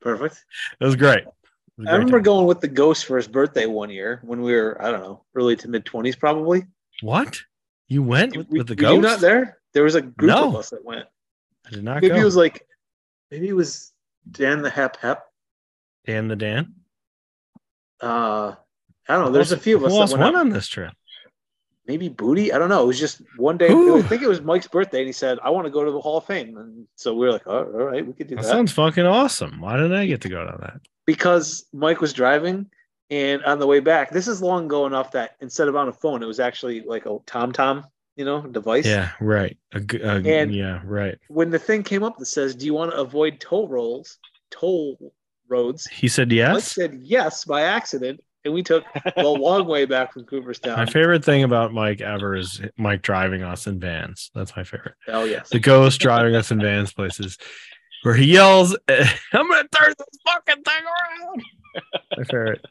Speaker 3: perfect.
Speaker 2: It was great. It was a
Speaker 3: I
Speaker 2: great
Speaker 3: remember
Speaker 2: time.
Speaker 3: going with the ghost for his birthday one year when we were, I don't know, early to mid twenties probably.
Speaker 2: What you went with,
Speaker 3: We-
Speaker 2: with the
Speaker 3: were you
Speaker 2: ghost?
Speaker 3: not there? There was a group of
Speaker 2: No.
Speaker 3: us that went.
Speaker 2: I did not
Speaker 3: Maybe
Speaker 2: go.
Speaker 3: it was like maybe it was Dan the Hep Hep.
Speaker 2: Dan the Dan.
Speaker 3: Uh I don't know.
Speaker 2: Who
Speaker 3: There's a
Speaker 2: else-
Speaker 3: few of us
Speaker 2: Who
Speaker 3: that
Speaker 2: else
Speaker 3: went.
Speaker 2: won
Speaker 3: out.
Speaker 2: on this trip?
Speaker 3: Maybe Booty. I don't know. It was just one day.
Speaker 2: Who?
Speaker 3: I think it was Mike's birthday, and he said, "I want to go to the Hall of Fame." And so we were like, "Oh, "All right, we could do
Speaker 2: That
Speaker 3: that."
Speaker 2: sounds fucking awesome. Why didn't I get to go to that?
Speaker 3: because Mike was driving, and on the way back, this is long ago enough that instead of on a phone, it was actually like a Tom Tom, you know, device.
Speaker 2: Yeah, right. A g- a-
Speaker 3: And-
Speaker 2: yeah, right.
Speaker 3: when the thing came up that says, "Do you want to avoid toll rolls, toll roads?"
Speaker 2: He said
Speaker 3: Mike
Speaker 2: yes.
Speaker 3: said yes by accident, and we took
Speaker 2: <laughs>
Speaker 3: the long way back from Cooperstown.
Speaker 2: My favorite thing about Mike ever is Mike driving us in vans. That's my favorite.
Speaker 3: oh yes,
Speaker 2: The ghost driving us in vans places where he yells, "Eh, "I'm gonna turn this fucking thing around." My favorite.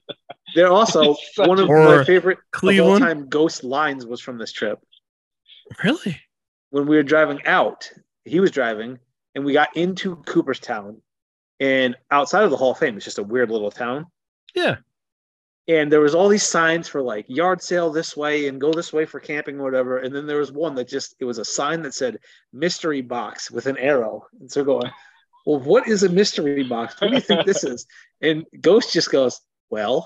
Speaker 2: <laughs>
Speaker 3: they're also
Speaker 4: Such
Speaker 3: one of
Speaker 2: horror.
Speaker 3: my favorite
Speaker 2: Cleveland.
Speaker 3: time ghost lines was from this trip.
Speaker 2: Really? <laughs>
Speaker 3: When we were driving out, he was driving, and we got into Cooperstown, and outside of the Hall of Fame, it's just a weird little town.
Speaker 2: Yeah.
Speaker 3: and there was all these signs for like yard sale this way and go this way for camping or whatever and then there was one that just it was a sign that said mystery box with an arrow and so going well what is a mystery box what do you think this
Speaker 2: <laughs>
Speaker 3: is and ghost just goes well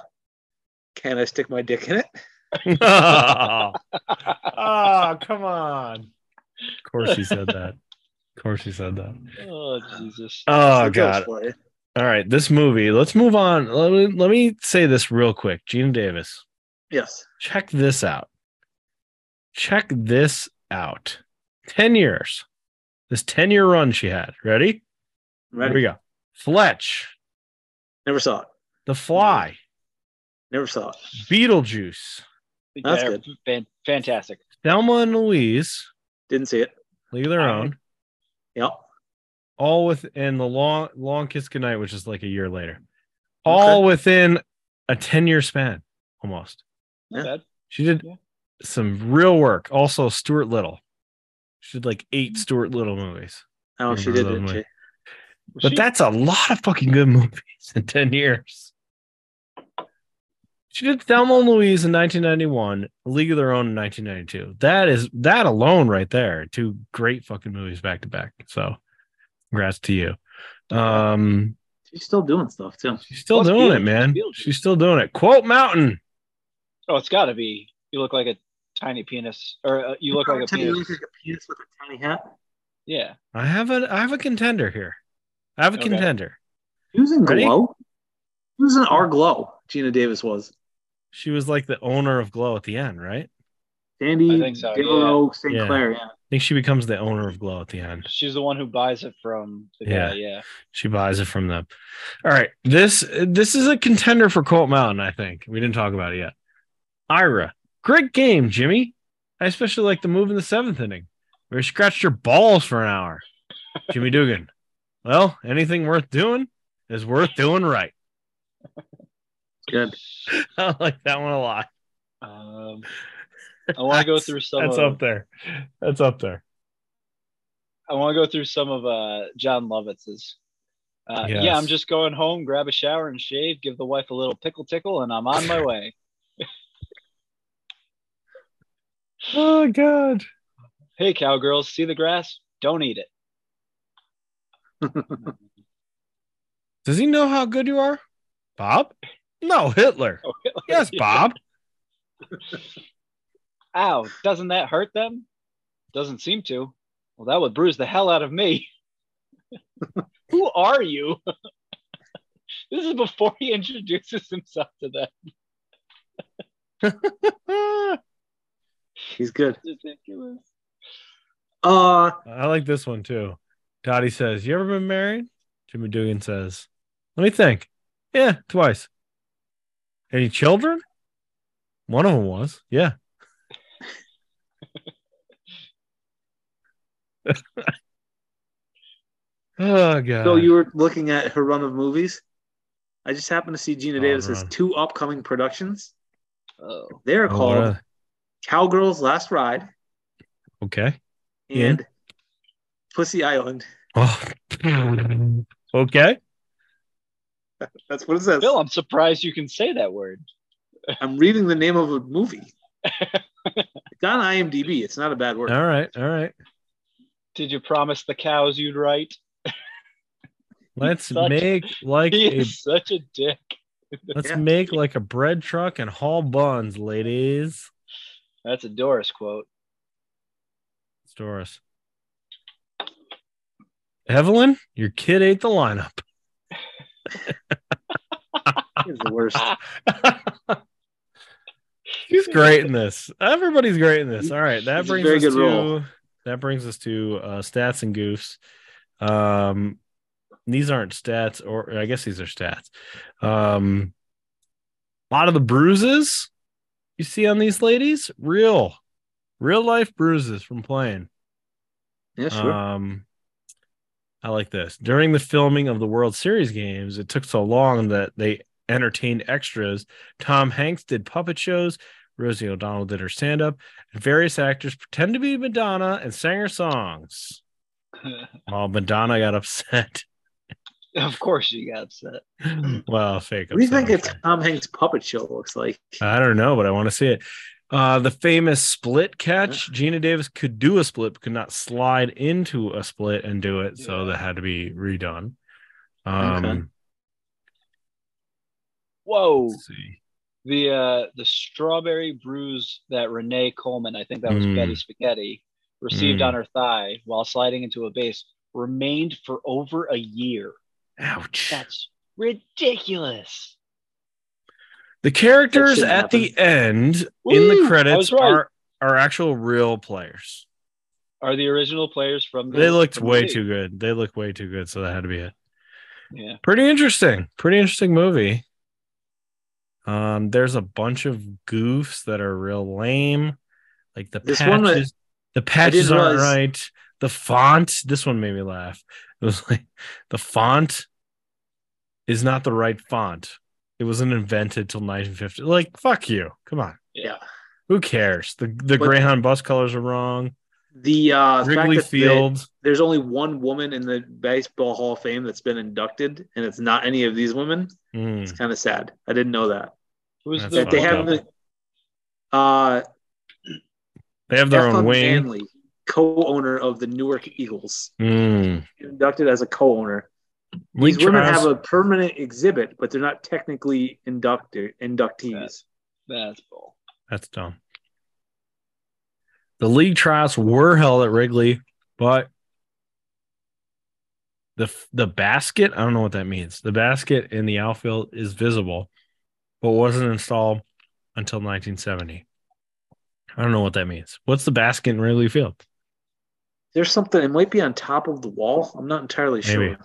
Speaker 3: can i stick my dick in it
Speaker 2: oh, come on. Of course he said that. Of course he said that.
Speaker 4: oh Jesus!
Speaker 2: Oh
Speaker 3: So
Speaker 2: god.
Speaker 3: Ghost for you.
Speaker 2: All right, this movie. Let's move on. Let me, let me say this real quick. Gina Davis,
Speaker 3: yes
Speaker 2: check this out. Check this out. 10 years. This 10 year run she had. Ready? Here
Speaker 3: ready
Speaker 2: we go. Fletch,
Speaker 3: never saw it
Speaker 2: The Fly,
Speaker 3: never saw it
Speaker 2: Beetlejuice,
Speaker 3: That's
Speaker 4: Yeah,
Speaker 3: good.
Speaker 4: fan- fantastic.
Speaker 2: Thelma and Louise,
Speaker 3: didn't see it
Speaker 2: League of Their
Speaker 4: Wow.
Speaker 2: Own,
Speaker 3: yep
Speaker 2: all within the long, long kiss goodnight, which is like a year later. All within a 10 year span almost.
Speaker 4: Not
Speaker 3: Yeah.
Speaker 4: bad.
Speaker 2: She did
Speaker 4: Yeah.
Speaker 2: some real work. Also, Stuart Little. She did like eight
Speaker 4: Mm-hmm.
Speaker 2: Stuart Little movies.
Speaker 3: oh
Speaker 2: Remember
Speaker 3: she did
Speaker 2: that
Speaker 3: didn't
Speaker 2: one.
Speaker 3: she
Speaker 4: Was
Speaker 2: But
Speaker 4: she-
Speaker 2: that's a lot of fucking good <laughs> movies in 10 years. She did Thelma and Louise in 1991, League of Their Own in 1992. That is that alone right there. Two great fucking movies back to back. So, congrats to you. Um,
Speaker 3: she's still doing stuff too
Speaker 2: she's still
Speaker 4: Plus
Speaker 2: doing it,
Speaker 4: Beetlejuice,
Speaker 2: man.
Speaker 4: Beetlejuice.
Speaker 2: She's still doing it. Quote Mountain.
Speaker 4: oh, it's got to be. You look like a tiny penis, or uh, you look like a
Speaker 3: Tiny
Speaker 4: penis.
Speaker 3: little penis with a tiny hat
Speaker 4: Yeah.
Speaker 2: I have a I have a contender here. I have a
Speaker 4: Okay.
Speaker 2: contender.
Speaker 3: He was in
Speaker 2: Ready?
Speaker 3: Glow. He was in Our Glow. Gina Davis was.
Speaker 2: She was like the owner of Glow at the end, right?
Speaker 3: Sandy,
Speaker 4: I think so,
Speaker 3: Dillo, St.
Speaker 2: Yeah.
Speaker 3: Clair. Yeah.
Speaker 2: I think she becomes the owner of Glow at the end.
Speaker 4: She's the one who buys it from the
Speaker 2: Yeah.
Speaker 4: guy. Yeah.
Speaker 2: She buys it from them. All right, this this is a contender for Colt Mountain. I think we didn't talk about it yet. Ira, great game, Jimmy. I especially like the move in the seventh inning where you scratched your balls for an hour. Jimmy Dugan. <laughs> Well, anything worth doing is worth doing right. <laughs>
Speaker 3: Good.
Speaker 2: I like that one a lot.
Speaker 4: Um, I want to go through some.
Speaker 2: That's
Speaker 4: of,
Speaker 2: up there. That's up there.
Speaker 4: I want to go through some of uh, John Lovitz's. Uh, Yeah,
Speaker 2: Yes.
Speaker 4: I'm just going home, grab a shower and shave, give the wife a little pickle tickle, and I'm on my way.
Speaker 2: Oh god.
Speaker 4: Hey, cowgirls, see the grass? Don't eat it. <laughs>
Speaker 2: Does he know how good you are? Bob? No, Hitler.
Speaker 4: Oh,
Speaker 2: <laughs> Yes, Bob.
Speaker 4: Ow, doesn't that hurt them? Doesn't seem to. Well, that would bruise the hell out of me. <laughs> Who are you? <laughs> this is before he introduces himself to them.
Speaker 2: Ah,
Speaker 3: He's good.
Speaker 4: Ridiculous.
Speaker 3: Uh,
Speaker 2: I like this one too. Dottie says, You ever been married? Jimmy Dugan says, Let me think. Yeah, twice. Any children? One of them was. Yeah. <laughs> oh god.
Speaker 3: Bill, you were looking at her run of movies. I just happened to see Gina
Speaker 2: Oh,
Speaker 3: Davis's
Speaker 2: run.
Speaker 3: two upcoming productions.
Speaker 4: Oh,
Speaker 3: They're
Speaker 2: Oh,
Speaker 3: called
Speaker 2: really?
Speaker 3: Cowgirl's Last Ride
Speaker 2: Okay. Yeah.
Speaker 3: and Pussy Island.
Speaker 2: Oh. <laughs> okay.
Speaker 3: That's what it says.
Speaker 4: Bill, I'm surprised you can say that word.
Speaker 3: I'm reading the name of a
Speaker 4: <laughs>
Speaker 3: movie. it's on IMDb. It's not a bad word.
Speaker 2: All right. All right.
Speaker 4: Did you promise the cows you'd write?
Speaker 2: Let's
Speaker 4: Such-
Speaker 2: make
Speaker 3: <laughs>
Speaker 2: like
Speaker 4: He
Speaker 2: a
Speaker 4: is such a dick.
Speaker 2: let's
Speaker 3: Yeah.
Speaker 2: make like a bread truck and haul buns, ladies.
Speaker 4: That's a Doris quote.
Speaker 2: It's Doris. Evelyn, your kid ate the lineup.
Speaker 3: It's the worst.
Speaker 2: She's great in this. Everybody's great in this. All right, that
Speaker 3: It's a
Speaker 2: brings
Speaker 3: very
Speaker 2: us
Speaker 3: good
Speaker 2: to
Speaker 3: role.
Speaker 2: that brings us to uh, stats and goofs. Um, these aren't stats, or I guess these are stats. Um, a lot of the bruises you see on these ladies, real, real life bruises from playing.
Speaker 3: Yeah, sure.
Speaker 2: Um, I like this. During the filming of the World Series games, it took so long that they entertained extras. Tom Hanks did puppet shows. Rosie O'Donnell did her stand up. Various actors pretend to be Madonna and sang her songs. Well, Madonna got upset.
Speaker 4: <laughs>
Speaker 2: <laughs>
Speaker 4: of course you got upset.
Speaker 2: well, fake.
Speaker 3: what do you
Speaker 2: upset,
Speaker 3: think a
Speaker 2: I'm sure.
Speaker 3: Tom Hanks puppet show looks like?
Speaker 2: I don't know, but I want to see it. Uh, the famous split catch. Gina Davis could do a split, but could not slide into a split and do it. So
Speaker 4: Yeah.
Speaker 2: that had to be redone. Um,
Speaker 3: Okay.
Speaker 4: Whoa.
Speaker 2: let's see.
Speaker 4: the uh the strawberry bruise that Renee Coleman, I think that was
Speaker 2: Mm.
Speaker 4: Betty Spaghetti, received
Speaker 2: Mm.
Speaker 4: on her thigh while sliding into a base remained for over a year.
Speaker 2: Ouch.
Speaker 4: That's ridiculous.
Speaker 2: The characters
Speaker 3: shouldn't
Speaker 2: at the end in
Speaker 4: Woo!
Speaker 2: the
Speaker 4: I
Speaker 2: credits
Speaker 4: was right.
Speaker 2: are are actual real players.
Speaker 4: Are the original players from the,
Speaker 2: They looked
Speaker 4: from the
Speaker 2: way
Speaker 4: league?
Speaker 2: too good. They look way too good, so that had to be it.
Speaker 4: yeah.
Speaker 2: Pretty interesting. Pretty interesting movie. Um, there's a bunch of goofs that are real lame, like the
Speaker 3: This one
Speaker 2: patches.
Speaker 3: that-
Speaker 2: the patches
Speaker 3: didn't
Speaker 2: aren't
Speaker 3: realize-
Speaker 2: right. The font. This one made me laugh. It was like the font is not the right font. It wasn't invented till 1950. Like fuck you. Come on.
Speaker 3: Yeah.
Speaker 2: Who cares? The the
Speaker 3: But-
Speaker 2: Greyhound bus colors are wrong.
Speaker 3: The uh, fact
Speaker 2: Wrigley
Speaker 3: that they-
Speaker 2: Field.
Speaker 3: there's only one woman in the Baseball Hall of Fame that's been inducted, and it's not any of these women.
Speaker 2: Mm.
Speaker 3: It's kind of sad. I didn't know that.
Speaker 4: Who's
Speaker 2: That's
Speaker 4: the
Speaker 3: That they
Speaker 2: fucked
Speaker 3: have
Speaker 2: up.
Speaker 3: the uh,
Speaker 2: They have their
Speaker 3: Eflin
Speaker 2: own wing.
Speaker 3: Manley, co-owner of the Newark Eagles,
Speaker 2: Mm.
Speaker 3: inducted as a co-owner.
Speaker 2: We
Speaker 3: These women
Speaker 2: trials-
Speaker 3: have a permanent exhibit, but they're not technically inductor inductees.
Speaker 4: that's bull.
Speaker 2: That's dumb. The league trials were held at Wrigley, but the the basket, I don't know what that means. The basket in the outfield is visible, but wasn't installed until 1970. I don't know what that means. What's the basket in Wrigley Field?
Speaker 3: There's something. It might be on top of the wall. I'm not entirely sure.
Speaker 2: Maybe.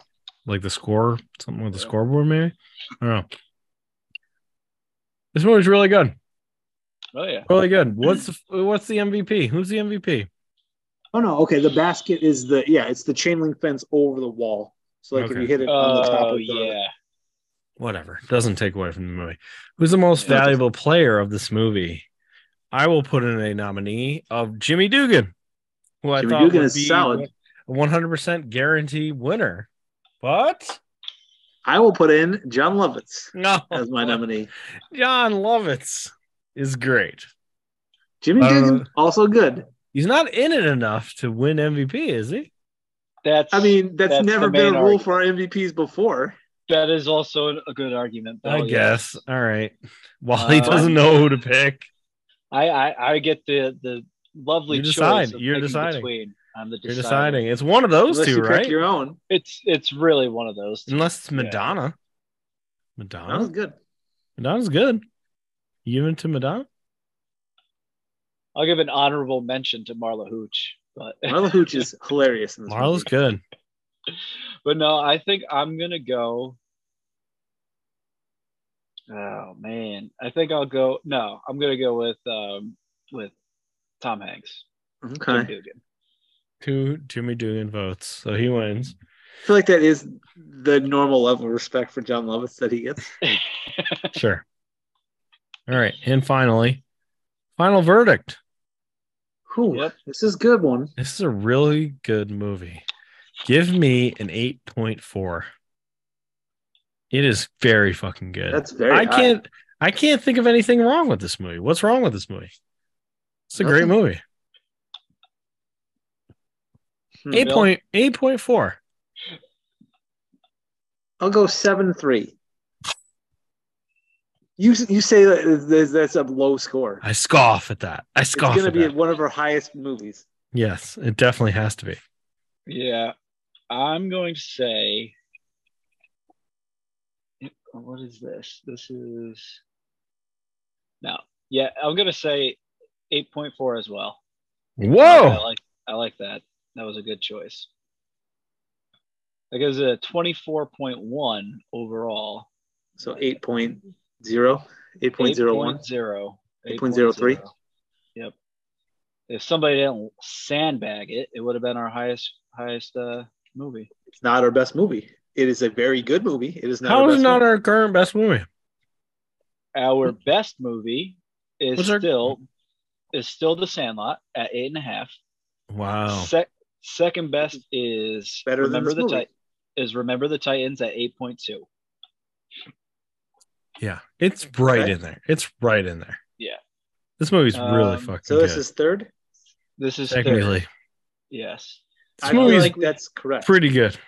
Speaker 2: Like the score, something with the
Speaker 4: Yeah.
Speaker 2: scoreboard, maybe? I don't know. This movie's really good.
Speaker 4: Oh yeah.
Speaker 2: Really good. What's the, what's the MVP? Who's the MVP?
Speaker 3: Oh no. Okay. The basket is the yeah. It's the chain link fence over the wall. So like
Speaker 2: Okay.
Speaker 3: if you hit it on the top
Speaker 4: Oh
Speaker 3: of the
Speaker 4: yeah.
Speaker 2: whatever doesn't take away from the movie who's the most
Speaker 4: Yeah.
Speaker 2: valuable player of this movie I will put in a nominee of Jimmy Dugan, who
Speaker 3: Jimmy
Speaker 2: I thought
Speaker 3: Dugan
Speaker 2: would
Speaker 3: is
Speaker 2: be
Speaker 3: solid.
Speaker 2: a 100% guarantee winner. But
Speaker 3: I will put in John Lovitz
Speaker 2: no,
Speaker 3: as my
Speaker 4: <laughs>
Speaker 3: nominee.
Speaker 2: <laughs> John Lovitz is great.
Speaker 3: Jimmy
Speaker 2: Uh,
Speaker 3: Dugan also good.
Speaker 2: He's not in it enough to win MVP, is he?
Speaker 4: That's
Speaker 3: I mean, that's,
Speaker 4: That's
Speaker 3: never
Speaker 4: the
Speaker 3: been a
Speaker 4: main
Speaker 3: rule for our MVPs before.
Speaker 4: that is also an- a good argument.
Speaker 3: Oh,
Speaker 2: I
Speaker 4: though, yeah.
Speaker 2: guess. All right. While he
Speaker 4: Uh,
Speaker 2: doesn't know who to pick,
Speaker 4: I, I I get the the lovely
Speaker 2: You
Speaker 4: choice.
Speaker 2: decide.
Speaker 4: of
Speaker 2: You're
Speaker 4: picking
Speaker 2: deciding.
Speaker 4: Between. I'm the
Speaker 2: you're
Speaker 4: deciding.
Speaker 2: deciding. It's one of those
Speaker 3: Unless
Speaker 2: two,
Speaker 3: you pick
Speaker 2: right?
Speaker 3: your own.
Speaker 4: It's it's really one of those. two.
Speaker 2: Unless it's
Speaker 4: Yeah.
Speaker 2: Madonna.
Speaker 3: That was
Speaker 2: Madonna.
Speaker 3: good.
Speaker 2: Madonna's good. You even to Madonna?
Speaker 4: I'll give an honorable mention to Marla Hooch, but
Speaker 3: Marla Hooch is hilarious in this
Speaker 2: Marla's good.
Speaker 3: movie.
Speaker 4: <laughs> but no, I think I'm gonna go. Oh man, I think I'll go. No, I'm gonna go with um with Tom Hanks. Jim
Speaker 3: Okay.
Speaker 4: Dugan.
Speaker 2: Two Jimmy Dugan votes. So he wins.
Speaker 3: I feel like that is the normal level of respect for John Lovitz that he gets.
Speaker 2: Sure. All right. And finally, final verdict.
Speaker 3: Whew,
Speaker 4: Yep.
Speaker 3: This is a good one.
Speaker 2: This is a really good movie. Give me an 8.4. It is very fucking good.
Speaker 3: That's very.
Speaker 2: I
Speaker 3: high.
Speaker 2: can't I can't think of anything wrong with this movie. What's wrong with this movie? It's a great
Speaker 3: Nothing.
Speaker 2: movie.
Speaker 3: Hmm.
Speaker 2: Eight point eight point four.
Speaker 3: I'll go seven three. You you say that that's- that's a low score.
Speaker 2: I scoff at that. I
Speaker 3: It's
Speaker 2: scoff
Speaker 3: going to
Speaker 2: at
Speaker 3: be
Speaker 2: that.
Speaker 3: one of our highest movies.
Speaker 2: yes, it definitely has to be.
Speaker 4: Yeah, I'm going to say. What is this? This is. No, yeah, I'm going to say 8.4 as well. I
Speaker 2: Whoa.
Speaker 4: like I like that. That was a good choice. That gives it a 24.1 overall.
Speaker 3: So 8.0, 8.01.
Speaker 4: 8.0,
Speaker 3: 8.03.
Speaker 4: 8.0. Yep. If somebody didn't sandbag it, it would have been our highest highest uh, movie.
Speaker 3: It's not our best movie. It is a very good movie. It is not.
Speaker 2: How
Speaker 3: our
Speaker 2: is
Speaker 3: best
Speaker 2: it not
Speaker 3: movie.
Speaker 2: our current best movie?
Speaker 4: Our best movie is
Speaker 2: What's our-
Speaker 4: still is still The Sandlot at eight and a half.
Speaker 2: Wow.
Speaker 4: Sec- second best is
Speaker 3: Better than
Speaker 4: Remember
Speaker 3: this
Speaker 4: the
Speaker 3: movie.
Speaker 4: Tit- is Remember the Titans at eight point two.
Speaker 2: Yeah. It's right
Speaker 3: Okay.
Speaker 2: in there. It's right in there.
Speaker 4: Yeah.
Speaker 2: This movie's really
Speaker 4: Um,
Speaker 2: fucking
Speaker 3: So this
Speaker 2: good.
Speaker 3: is third.
Speaker 4: This is third.
Speaker 2: technically.
Speaker 4: Yes.
Speaker 2: This
Speaker 3: I feel
Speaker 2: movie's
Speaker 3: like that's correct.
Speaker 2: pretty good.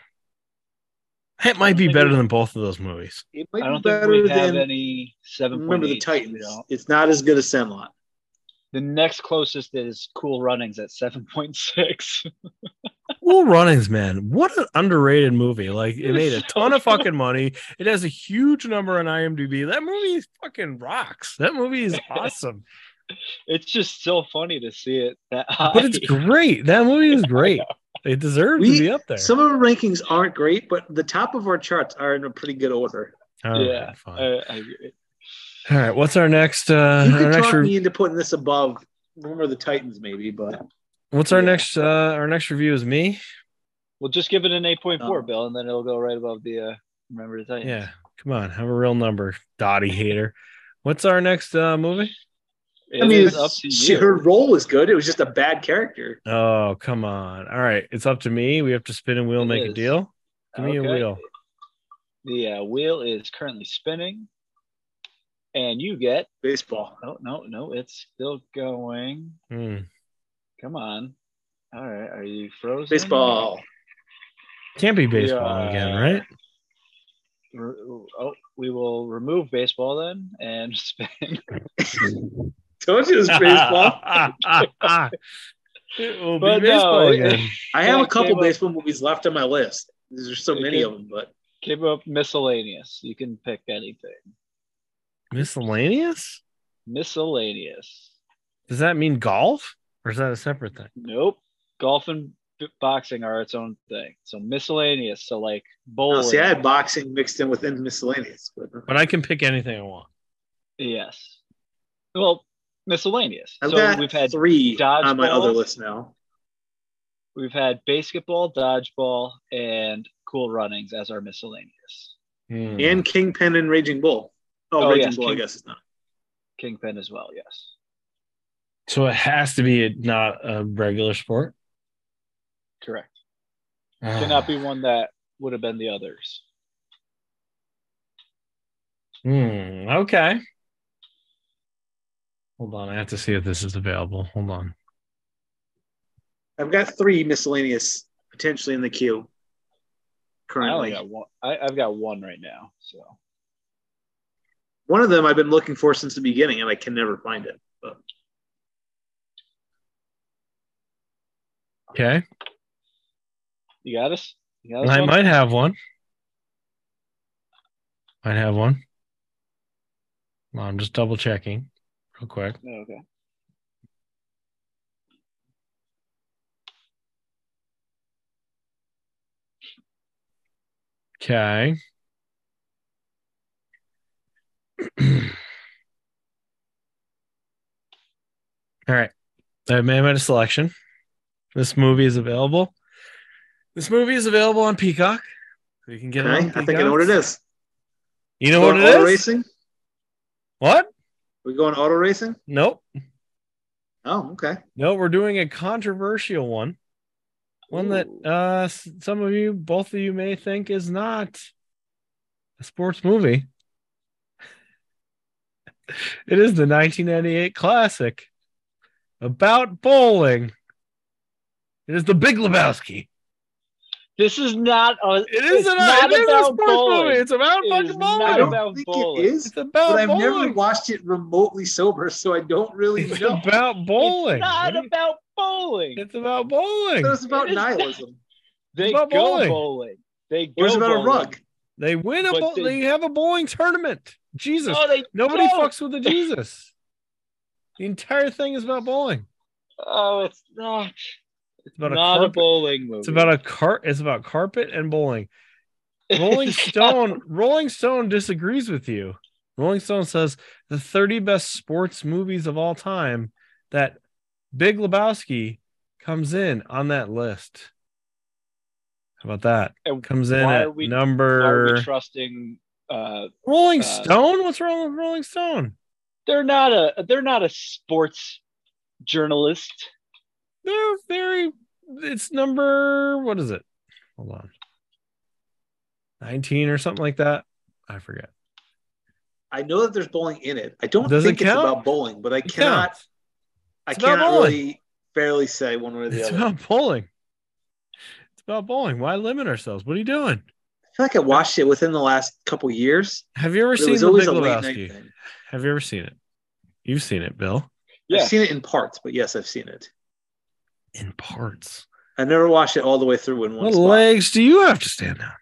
Speaker 2: It might be
Speaker 4: think
Speaker 2: better
Speaker 4: we-
Speaker 2: than both of those movies.
Speaker 3: it
Speaker 4: I
Speaker 3: might
Speaker 4: don't
Speaker 3: be
Speaker 4: think we
Speaker 3: better
Speaker 4: have
Speaker 3: than
Speaker 4: any seven.
Speaker 3: Remember the Titans. It's not as good as Sandlot.
Speaker 4: The next closest is Cool Runnings at seven point six. <laughs>
Speaker 2: Cool Runnings, man. What an underrated movie. Like it made a ton of fucking money. It has a huge number on IMDb. That movie fucking rocks. That movie
Speaker 3: <laughs>
Speaker 2: is awesome.
Speaker 4: It's just so funny to see it that high.
Speaker 2: But it's great. That movie is great. It deserves
Speaker 3: We-
Speaker 2: to be up there.
Speaker 3: Some of our rankings aren't great, but the top of our charts are in a pretty good order.
Speaker 2: All right,
Speaker 4: yeah.
Speaker 2: Oh, fine.
Speaker 4: <laughs> I, I agree.
Speaker 2: All right. What's our next uh
Speaker 3: you
Speaker 2: our
Speaker 3: could
Speaker 2: next
Speaker 3: talk
Speaker 2: re-
Speaker 3: me into putting this above. Remember the Titans, maybe, but
Speaker 2: what's our
Speaker 4: yeah.
Speaker 2: next uh our next review is me?
Speaker 4: Well, just give it an eight point four,
Speaker 3: Um,
Speaker 4: Bill, and then it'll go right above the uh, Remember the Titans.
Speaker 2: Yeah. Come on, have a real number, Dottie hater. What's our next uh movie?
Speaker 4: It
Speaker 3: I mean,
Speaker 4: is up to
Speaker 3: she,
Speaker 4: you.
Speaker 3: her role was good. It was just a bad character.
Speaker 2: Oh, come on. All right. It's up to me. We have to spin a wheel,
Speaker 4: It
Speaker 2: make a
Speaker 4: is.
Speaker 2: deal. Give me
Speaker 4: Okay.
Speaker 2: a wheel.
Speaker 4: The uh, wheel is currently spinning, and you get.
Speaker 3: Baseball.
Speaker 4: Oh no, no, it's still going.
Speaker 2: Hmm.
Speaker 4: Come on. All right, are you frozen?
Speaker 3: Baseball. <laughs>
Speaker 2: Can't be baseball
Speaker 4: Yeah.
Speaker 2: again, right?
Speaker 4: Re- oh, we will remove baseball then and <laughs> spin.
Speaker 3: Told you it was baseball.
Speaker 2: <laughs> it will
Speaker 4: But
Speaker 2: be
Speaker 4: no,
Speaker 2: baseball
Speaker 4: it-
Speaker 2: again.
Speaker 3: I have
Speaker 4: Yeah,
Speaker 3: a couple
Speaker 4: came up-
Speaker 3: baseball movies left on my list. There's so
Speaker 4: It
Speaker 3: many
Speaker 4: came-
Speaker 3: of them, but
Speaker 4: Give up miscellaneous. You can pick anything.
Speaker 2: Miscellaneous?
Speaker 4: Miscellaneous.
Speaker 2: Does that mean golf? Or is that a separate thing?
Speaker 4: Nope. Golf and b- boxing are its own thing. So miscellaneous. So like bowling.
Speaker 3: no, Oh, see, I had boxing mixed in with miscellaneous. But
Speaker 2: But I can pick anything I want.
Speaker 4: yes. Well, miscellaneous.
Speaker 3: I've
Speaker 4: so
Speaker 3: got
Speaker 4: we've had
Speaker 3: three on my
Speaker 4: dodgeball.
Speaker 3: other list now.
Speaker 4: we've had basketball, dodgeball, and cool runnings as our miscellaneous.
Speaker 2: Hmm.
Speaker 3: And Kingpin and Raging Bull. Oh,
Speaker 4: Oh,
Speaker 3: Raging
Speaker 4: yes,
Speaker 3: Bull,
Speaker 4: King-
Speaker 3: I guess it's not.
Speaker 4: Kingpin as well. Yes.
Speaker 2: So it has to be a, not a regular sport.
Speaker 4: Correct. Cannot be one that would have been the others.
Speaker 2: Hmm. Okay. Hold on. I have to see if this is available. Hold on.
Speaker 3: I've got three miscellaneous potentially in the queue
Speaker 4: I
Speaker 3: currently.
Speaker 4: only got one. I, I've got one right now. So
Speaker 3: One of them I've been looking for since the beginning and I can never find it. But
Speaker 2: Okay.
Speaker 4: you got us. You got us
Speaker 2: I
Speaker 4: one?
Speaker 2: might have one. Might have one. Hold on, I'm just double checking real quick.
Speaker 4: Oh, okay.
Speaker 2: Okay. <clears throat> All right. I've made my selection. This movie is available. This movie is available on Peacock. So you can get it.
Speaker 3: okay,
Speaker 2: on
Speaker 3: I think I know what it
Speaker 2: Peacock.
Speaker 3: is.
Speaker 2: You know what
Speaker 3: Going
Speaker 2: it is?
Speaker 3: auto racing?
Speaker 2: What?
Speaker 3: We going auto racing?
Speaker 2: Nope.
Speaker 3: Oh, okay.
Speaker 2: No, we're doing a controversial one. One that
Speaker 4: Ooh.
Speaker 2: uh s- some of you, both of you may think is not a sports movie. <laughs> It is the 1998 classic about bowling. It is the Big Lebowski.
Speaker 4: This is not a.
Speaker 2: It is
Speaker 4: it's
Speaker 2: an,
Speaker 4: not
Speaker 2: it is a
Speaker 4: about
Speaker 2: sports
Speaker 4: bowling.
Speaker 2: movie. It's about
Speaker 4: It is
Speaker 2: fucking
Speaker 3: I
Speaker 4: not
Speaker 2: bowling.
Speaker 3: don't
Speaker 4: about
Speaker 3: think
Speaker 4: bowling.
Speaker 3: it is,
Speaker 2: It's about
Speaker 3: but I've never
Speaker 2: bowling.
Speaker 3: watched it remotely sober, so I don't really
Speaker 2: it's
Speaker 3: know.
Speaker 2: about bowling.
Speaker 4: It's not
Speaker 2: What do you-
Speaker 4: about bowling.
Speaker 2: It's about bowling.
Speaker 3: So it's about
Speaker 4: It is not-
Speaker 3: nihilism.
Speaker 4: they
Speaker 2: about
Speaker 4: go
Speaker 2: bowling.
Speaker 4: bowling. They go
Speaker 3: Or is it about a
Speaker 4: bowling.
Speaker 3: rug?
Speaker 2: They win a
Speaker 4: But
Speaker 2: bowl.
Speaker 4: they- Oh,
Speaker 2: They have a bowling tournament. Jesus.
Speaker 4: No, they
Speaker 2: Nobody
Speaker 4: don't.
Speaker 2: fucks with the Jesus. The entire thing is about bowling.
Speaker 4: Oh, it's not. It's
Speaker 2: about a
Speaker 4: not a
Speaker 2: carpet-
Speaker 4: bowling movie.
Speaker 2: It's about a cart. It's about carpet and
Speaker 4: <laughs>
Speaker 2: bowling. Rolling
Speaker 4: It's
Speaker 2: Stone. Rolling Stone disagrees with you. Rolling Stone says the 30 best sports movies of all time. That Big Lebowski comes in on that list. How about that?
Speaker 4: And
Speaker 2: Comes in
Speaker 4: why are
Speaker 2: at
Speaker 4: we- Are
Speaker 2: number
Speaker 4: we trusting? Uh,
Speaker 2: Rolling
Speaker 4: uh,
Speaker 2: Stone. What's wrong with Rolling Stone?
Speaker 4: they're not a. They're not a sports journalist.
Speaker 2: They're very. It's number. What is it? Hold on. Nineteen or something like that. I forget.
Speaker 3: I know that there's bowling in it. I don't
Speaker 2: Does it
Speaker 3: think it's
Speaker 2: count?
Speaker 3: about bowling, but I
Speaker 2: It
Speaker 3: cannot
Speaker 2: counts.
Speaker 3: I
Speaker 2: It's about
Speaker 3: cannot
Speaker 2: bowling.
Speaker 3: really fairly say one way or the
Speaker 2: It's
Speaker 3: other.
Speaker 2: about bowling. It's about bowling. Why limit ourselves? What are you doing?
Speaker 3: I feel like I watched it within the last couple years.
Speaker 2: Have you ever
Speaker 3: but It
Speaker 2: seen
Speaker 3: was
Speaker 2: the Big
Speaker 3: always a late night
Speaker 2: Lebowski?
Speaker 3: thing.
Speaker 2: Have you ever seen it? You've seen it, Bill,
Speaker 4: Yeah.
Speaker 3: I've seen it in parts, but yes, I've seen it.
Speaker 2: in parts.
Speaker 3: I never watched it all the way through in one
Speaker 2: What
Speaker 3: spot.
Speaker 2: legs do you have to stand on?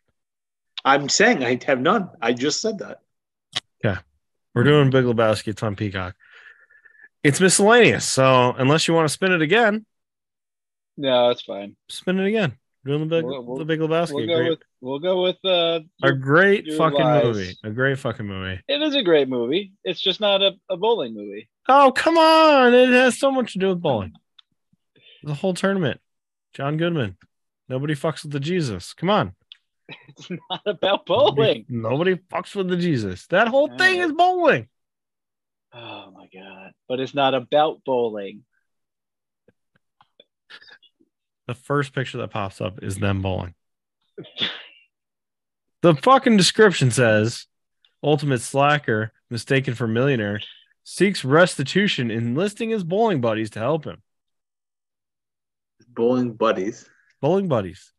Speaker 3: I'm saying I have none. I just said that.
Speaker 2: We're doing Big Lebowski. It's on Peacock. It's miscellaneous. So unless you want to spin it again,
Speaker 4: No, it's fine.
Speaker 2: spin it again. We're doing the Big,
Speaker 4: We'll- we'll-
Speaker 2: the Big Lebowski.
Speaker 4: We'll
Speaker 2: Great
Speaker 4: go with. We'll go with. Uh,
Speaker 2: a great
Speaker 4: your
Speaker 2: fucking
Speaker 4: lies.
Speaker 2: movie. A great fucking movie.
Speaker 4: it is a great movie. It's just not a, a bowling movie. <laughs>
Speaker 2: Oh come on! It has so much to do with bowling. The whole tournament. John Goodman. Nobody fucks with the Jesus. Come on.
Speaker 4: It's not about bowling.
Speaker 3: <laughs>
Speaker 4: Uh.
Speaker 2: Nobody, nobody fucks with the Jesus. That whole
Speaker 4: All
Speaker 2: thing
Speaker 4: right.
Speaker 2: is bowling.
Speaker 4: Oh my god! But it's not about bowling.
Speaker 2: The first picture that pops up is them
Speaker 4: <laughs>
Speaker 2: bowling. the fucking description says ultimate slacker mistaken for millionaire seeks restitution enlisting his bowling buddies to help him
Speaker 3: Bowling buddies.
Speaker 2: bowling buddies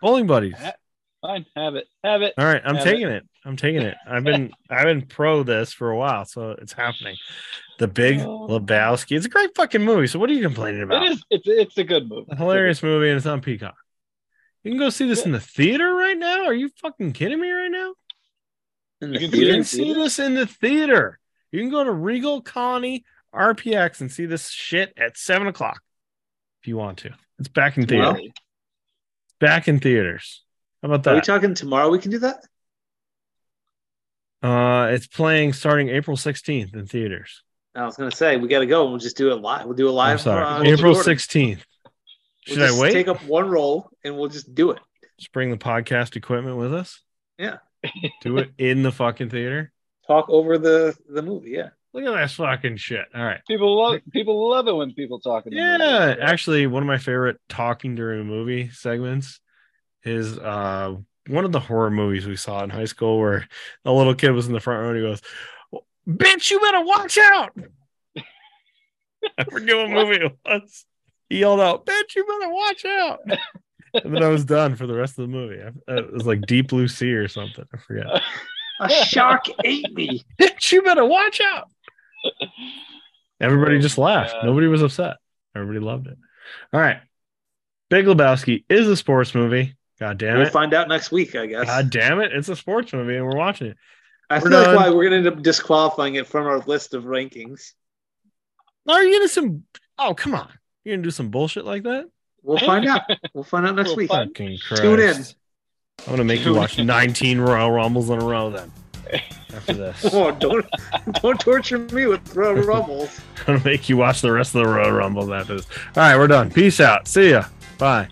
Speaker 2: bowling buddies
Speaker 4: Ha- Fine, have it, have it.
Speaker 2: All right, I'm
Speaker 4: Have it.
Speaker 2: taking it. I'm taking it. I've
Speaker 3: <laughs>
Speaker 2: been I've been pro this for a while, so it's happening. The Big
Speaker 4: Oh.
Speaker 2: Lebowski. It's a great fucking movie. So what are you complaining about?
Speaker 4: It is. It's it's a good movie.
Speaker 2: a hilarious movie, and it's on Peacock. You can go see this in the theater right now. Are you fucking kidding me right now?
Speaker 3: In the
Speaker 4: You can
Speaker 2: You can
Speaker 4: it
Speaker 3: theater.
Speaker 4: in
Speaker 2: see
Speaker 4: theaters?
Speaker 2: this in the theater. You can go to Regal Colony RPX and see this shit at seven o'clock if you want to. It's back in theater.
Speaker 3: Tomorrow?
Speaker 4: Really?
Speaker 2: Back in theaters. How about
Speaker 3: Are we
Speaker 2: that?
Speaker 3: talking tomorrow? We can do that.
Speaker 2: uh, it's playing starting April sixteenth in theaters.
Speaker 3: I was gonna say we got to go. We'll just do it live. We'll do it live.
Speaker 2: I'm sorry.
Speaker 3: uh,
Speaker 2: April
Speaker 3: recording.
Speaker 2: 16th.
Speaker 3: We'll
Speaker 2: Should I
Speaker 3: just
Speaker 2: wait?
Speaker 3: Take up one roll and we'll just do it.
Speaker 2: Just bring the podcast equipment with us.
Speaker 3: Yeah.
Speaker 2: Do it in the fucking theater.
Speaker 3: Talk over the the movie. Yeah.
Speaker 2: Look at this fucking shit. All right.
Speaker 4: People love people love it when people talk. in the movie.
Speaker 2: Yeah, actually, one of my favorite talking during a movie segments is uh, one of the horror movies we saw in high school where a little kid was in the front row and he goes, "Bitch, you better watch out!" <laughs> I forget what movie it was. He yelled out, "Bitch, you better watch out!" and then I was done for the rest of the movie. I- It was like Deep Blue Sea or something. I forget. <laughs>
Speaker 3: A shark ate me.
Speaker 2: Bitch, <laughs> you better watch out! Everybody just laughed.
Speaker 4: God.
Speaker 2: Nobody was upset. Everybody loved it. All right. Big Lebowski is a sports movie. God damn
Speaker 3: We'll
Speaker 2: it.
Speaker 3: find out next week, I guess.
Speaker 2: God damn it. It's a sports movie and we're watching it.
Speaker 3: I
Speaker 2: we're
Speaker 3: feel like
Speaker 2: done.
Speaker 3: why we're gonna end up disqualifying it from our list of rankings.
Speaker 2: Are you gonna some oh come on. You're gonna do some bullshit like that?
Speaker 3: We'll
Speaker 2: <laughs>
Speaker 3: find out. We'll find out next
Speaker 4: We'll
Speaker 3: week.
Speaker 4: find-
Speaker 2: Fucking
Speaker 3: Tune in.
Speaker 2: Christ. I'm gonna make you
Speaker 4: Tune
Speaker 2: watch 19 Royal Rumbles in a row
Speaker 3: <laughs>
Speaker 2: then. After this.
Speaker 3: <laughs> Oh, don't don't torture me with Royal Rumbles.
Speaker 2: I'm gonna make you watch the rest of the Royal Rumbles after this. All right, we're done. Peace out. See ya. Bye.